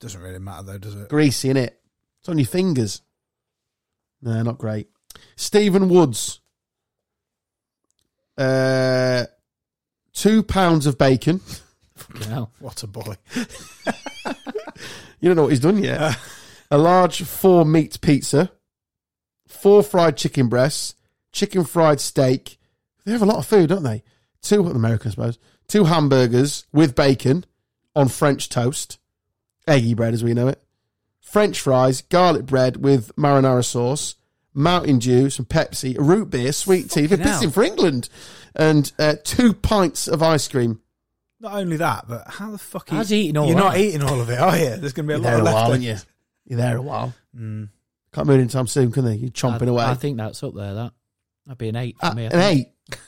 Speaker 3: Doesn't really matter though, does it?
Speaker 1: greasy in it. It's on your fingers. No, not great. Stephen Woods, uh, two pounds of bacon.
Speaker 2: Fucking hell.
Speaker 3: What a boy.
Speaker 1: You don't know what he's done yet.
Speaker 3: Uh,
Speaker 1: A large four meat pizza, four fried chicken breasts, chicken fried steak. They have a lot of food, don't they? Two American, I suppose. Two hamburgers with bacon on French toast, eggy bread as we know it. French fries, garlic bread with marinara sauce, Mountain Dew, some Pepsi, a root beer, sweet tea. They're
Speaker 3: Fucking hell.
Speaker 1: pissing for England, and uh, two pints of ice cream.
Speaker 3: Not only that, but how the fuck?
Speaker 2: How's he eating all
Speaker 3: You're not
Speaker 2: that?
Speaker 3: eating all of it, are you? There's going to be a
Speaker 1: You're
Speaker 3: lot
Speaker 1: there a
Speaker 3: of left.
Speaker 1: while,
Speaker 3: over.
Speaker 1: aren't you? You're there a while.
Speaker 3: Mm.
Speaker 1: Can't move anytime soon, can they? You're chomping
Speaker 2: I,
Speaker 1: away.
Speaker 2: I think that's up there. That that'd be an eight for
Speaker 1: Uh,
Speaker 2: me. I
Speaker 1: an
Speaker 2: think.
Speaker 1: eight.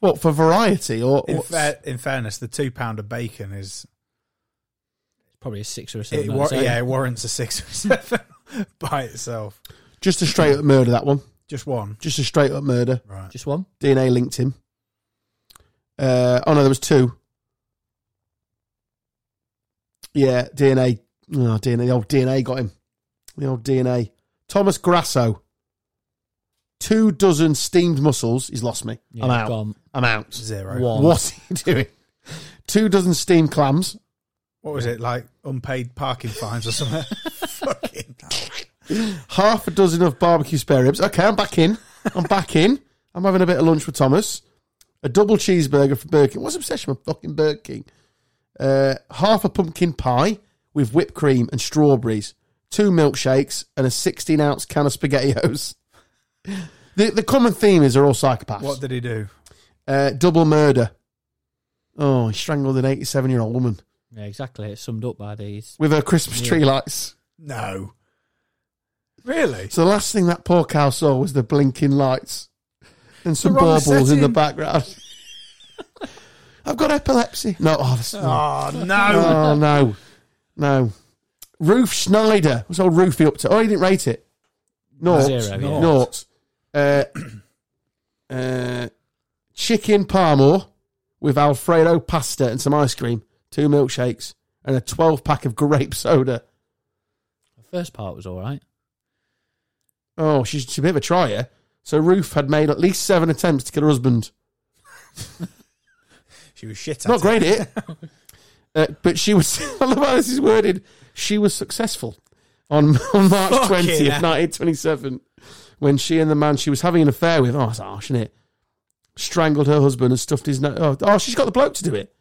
Speaker 1: What for variety or,
Speaker 3: In,
Speaker 1: or-
Speaker 3: fair, in fairness, the two pound of bacon is
Speaker 2: Probably a six or a seven.
Speaker 3: it
Speaker 2: I'd
Speaker 3: war-
Speaker 2: say.
Speaker 3: yeah, it warrants a six or seven by itself.
Speaker 1: just a straight up murder? That one,
Speaker 3: Just one,
Speaker 1: just a straight up murder.
Speaker 3: right?
Speaker 2: Just one.
Speaker 1: DNA linked him. Uh, oh no, there was two. Yeah, DNA. Oh, DNA. The old DNA got him. The old DNA. Thomas Grasso. Two dozen steamed mussels. He's lost me.
Speaker 2: Yeah,
Speaker 1: I'm out.
Speaker 2: gone.
Speaker 1: I'm out.
Speaker 3: Zero.
Speaker 2: One.
Speaker 1: What's he doing? Two dozen steamed clams.
Speaker 3: What was it like? Unpaid parking fines or something? Fucking. hell.
Speaker 1: half a dozen of barbecue spare ribs. Okay, I'm back in. I'm back in. I'm having a bit of lunch with Thomas. A double cheeseburger for Burger King. What's the obsession with fucking Burger King? Uh, half a pumpkin pie with whipped cream and strawberries, two milkshakes, and a 16 ounce can of SpaghettiOs. The, the common theme is they're all psychopaths.
Speaker 3: What did he do?
Speaker 1: uh, double murder. Oh, he strangled an 87 year old woman
Speaker 2: Yeah, exactly. It's summed up by these.
Speaker 1: with her Christmas tree lights.
Speaker 3: No. Really?
Speaker 1: So the last thing that poor cow saw was the blinking lights and some
Speaker 3: wrong
Speaker 1: baubles in the
Speaker 3: setting.
Speaker 1: background. I've got epilepsy. No, oh, that's,
Speaker 3: Oh no!
Speaker 1: oh no, no. Roof Schneider. What's old Roofy up to? Oh, he didn't rate it. Naught.
Speaker 2: Zero, yeah.
Speaker 1: Naught. Uh, uh, chicken parmor with Alfredo pasta and some ice cream, two milkshakes, and a 12 pack of grape soda.
Speaker 2: The first part was all right.
Speaker 1: Oh, she's, she's a bit of a trier. So Ruth had made at least seven attempts to kill her husband.
Speaker 3: She was shit. At
Speaker 1: Not
Speaker 3: it.
Speaker 1: great at it. Uh, but she was, I love how this is worded, she was successful on, on March
Speaker 3: Fucking
Speaker 1: 20th,
Speaker 3: hell.
Speaker 1: 1927, when she and the man she was having an affair with, oh, that's harsh, isn't it? Strangled her husband and stuffed his nose. Oh, oh, she's got the bloke to do it.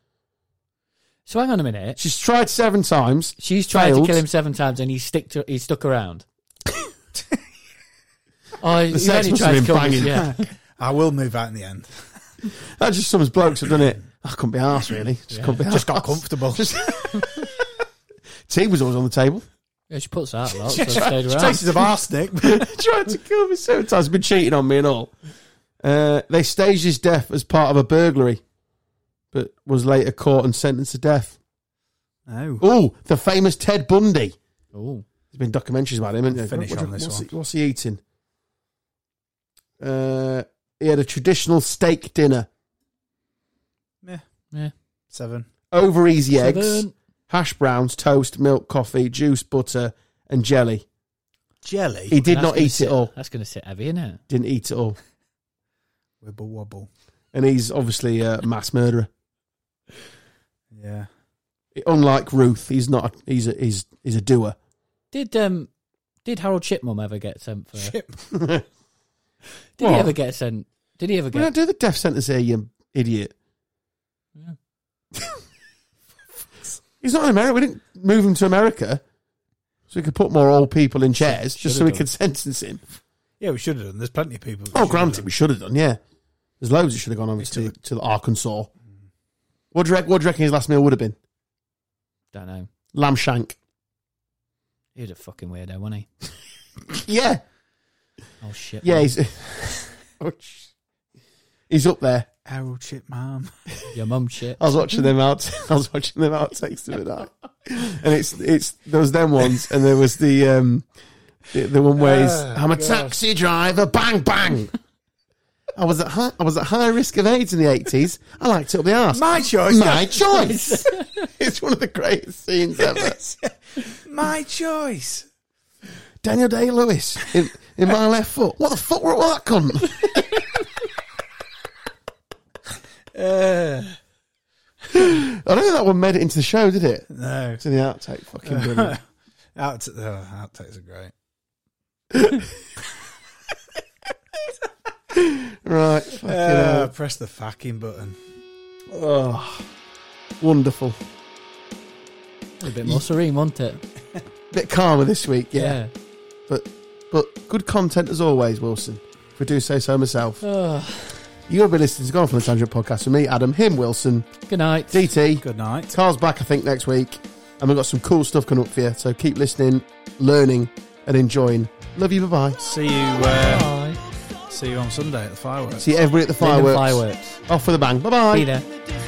Speaker 2: So hang on a minute.
Speaker 1: She's tried seven times.
Speaker 2: She's tried
Speaker 1: Failed.
Speaker 2: to kill him seven times, and he stick to, he stuck around. oh,
Speaker 1: The
Speaker 2: he
Speaker 1: sex
Speaker 2: only
Speaker 1: must
Speaker 2: tried
Speaker 1: have
Speaker 2: to
Speaker 1: been
Speaker 2: kill me.
Speaker 1: banging.
Speaker 2: Yeah.
Speaker 3: I will move out in the end.
Speaker 1: That's just some blokes have done it. I couldn't be arsed, really. Just couldn't be arsed.
Speaker 3: Just got comfortable.
Speaker 1: Just- Tea was always on the table.
Speaker 2: yeah, she puts that a lot. So I stayed around.
Speaker 3: Traces of arsenic.
Speaker 1: Tried to kill me seven times. Been cheating on me and all. Uh, they staged his death as part of a burglary, but was later caught and sentenced to death.
Speaker 3: Oh.
Speaker 1: Oh, the famous Ted Bundy.
Speaker 2: Ooh.
Speaker 1: There's been documentaries about him, isn't there?
Speaker 3: Finish on this
Speaker 1: what's
Speaker 3: one.
Speaker 1: He, what's he eating? Uh, he had a traditional steak dinner,
Speaker 3: Seven.
Speaker 1: over easy eggs,
Speaker 2: Seven.
Speaker 1: hash browns, toast, milk, coffee, juice, butter, and jelly.
Speaker 3: Jelly.
Speaker 1: He did
Speaker 2: That's
Speaker 1: not
Speaker 2: gonna
Speaker 1: eat
Speaker 2: sit,
Speaker 1: it all.
Speaker 2: That's going to sit heavy, isn't it?
Speaker 1: Didn't eat it all.
Speaker 3: Wibble wobble.
Speaker 1: And he's obviously a mass murderer.
Speaker 3: Yeah.
Speaker 1: Unlike Ruth, he's not. A, he's a, he's he's a doer.
Speaker 2: Did um, did Harold Chipmum ever get sent for? Did
Speaker 1: we
Speaker 2: he
Speaker 1: What?
Speaker 2: ever get sent? Did he ever
Speaker 1: don't
Speaker 2: get?
Speaker 1: do the death sentence here, you idiot.
Speaker 2: Yeah.
Speaker 1: he's not in America. We didn't move him to America so we could put more old people in chairs, just so we
Speaker 2: done.
Speaker 1: could sentence him.
Speaker 3: Yeah, we should have done. There's plenty of people. that should
Speaker 1: Oh,
Speaker 3: have
Speaker 1: granted,
Speaker 3: done.
Speaker 1: we should have done. Yeah, there's loads that should have gone over to to Arkansas. What do you reckon? What do you reckon his last meal would have been?
Speaker 2: Don't know.
Speaker 1: Lamb shank.
Speaker 2: He was a fucking weirdo, wasn't he?
Speaker 1: Yeah,
Speaker 2: Oh shit.
Speaker 1: yeah.
Speaker 2: man.
Speaker 1: He's Oh, sh- he's up there.
Speaker 3: Harold Chipman.
Speaker 2: Your mum shit.
Speaker 1: I was watching them out. I was watching them outtakes the other night, and it's it's there was them ones, and there was the um the, the one where he's
Speaker 3: Oh,
Speaker 1: I'm a
Speaker 3: God.
Speaker 1: taxi driver, bang bang. I was at high, I was at high risk of AIDS in the eighties. I liked it up the arse.
Speaker 3: My choice.
Speaker 1: My choice. it's one of the greatest scenes ever.
Speaker 3: My choice.
Speaker 1: Daniel Day Lewis in, in my left foot. What the fuck were what that cunt?
Speaker 3: Uh,
Speaker 1: I don't think that one made it into the show, did it?
Speaker 3: no.
Speaker 1: It's in the outtake. Fucking brilliant.
Speaker 3: Out, oh, outtakes are great.
Speaker 1: Right. Fucking
Speaker 3: Uh,
Speaker 1: hell.
Speaker 3: press the fucking button.
Speaker 1: Oh, wonderful.
Speaker 2: A bit more serene, wasn't it?
Speaker 1: Bit calmer this week, yeah. But good content as always, Wilson. If we do say so myself.
Speaker 2: Yeah. Ugh.
Speaker 1: You have been listening to Gone from the Tangent podcast with me, Adam, him, Wilson,
Speaker 2: good night.
Speaker 1: DT.
Speaker 3: Good night.
Speaker 1: Carl's back, I think, next week. And we've got some cool stuff coming up for you. So keep listening, learning, and enjoying. Love you. Bye bye.
Speaker 3: See you. Uh,
Speaker 2: Bye.
Speaker 3: see you on Sunday at the fireworks.
Speaker 1: See everybody at the
Speaker 2: Fireworks.
Speaker 1: fireworks.
Speaker 2: fireworks.
Speaker 1: Off with a bang. Bye bye.
Speaker 2: Be there.
Speaker 6: in the distance.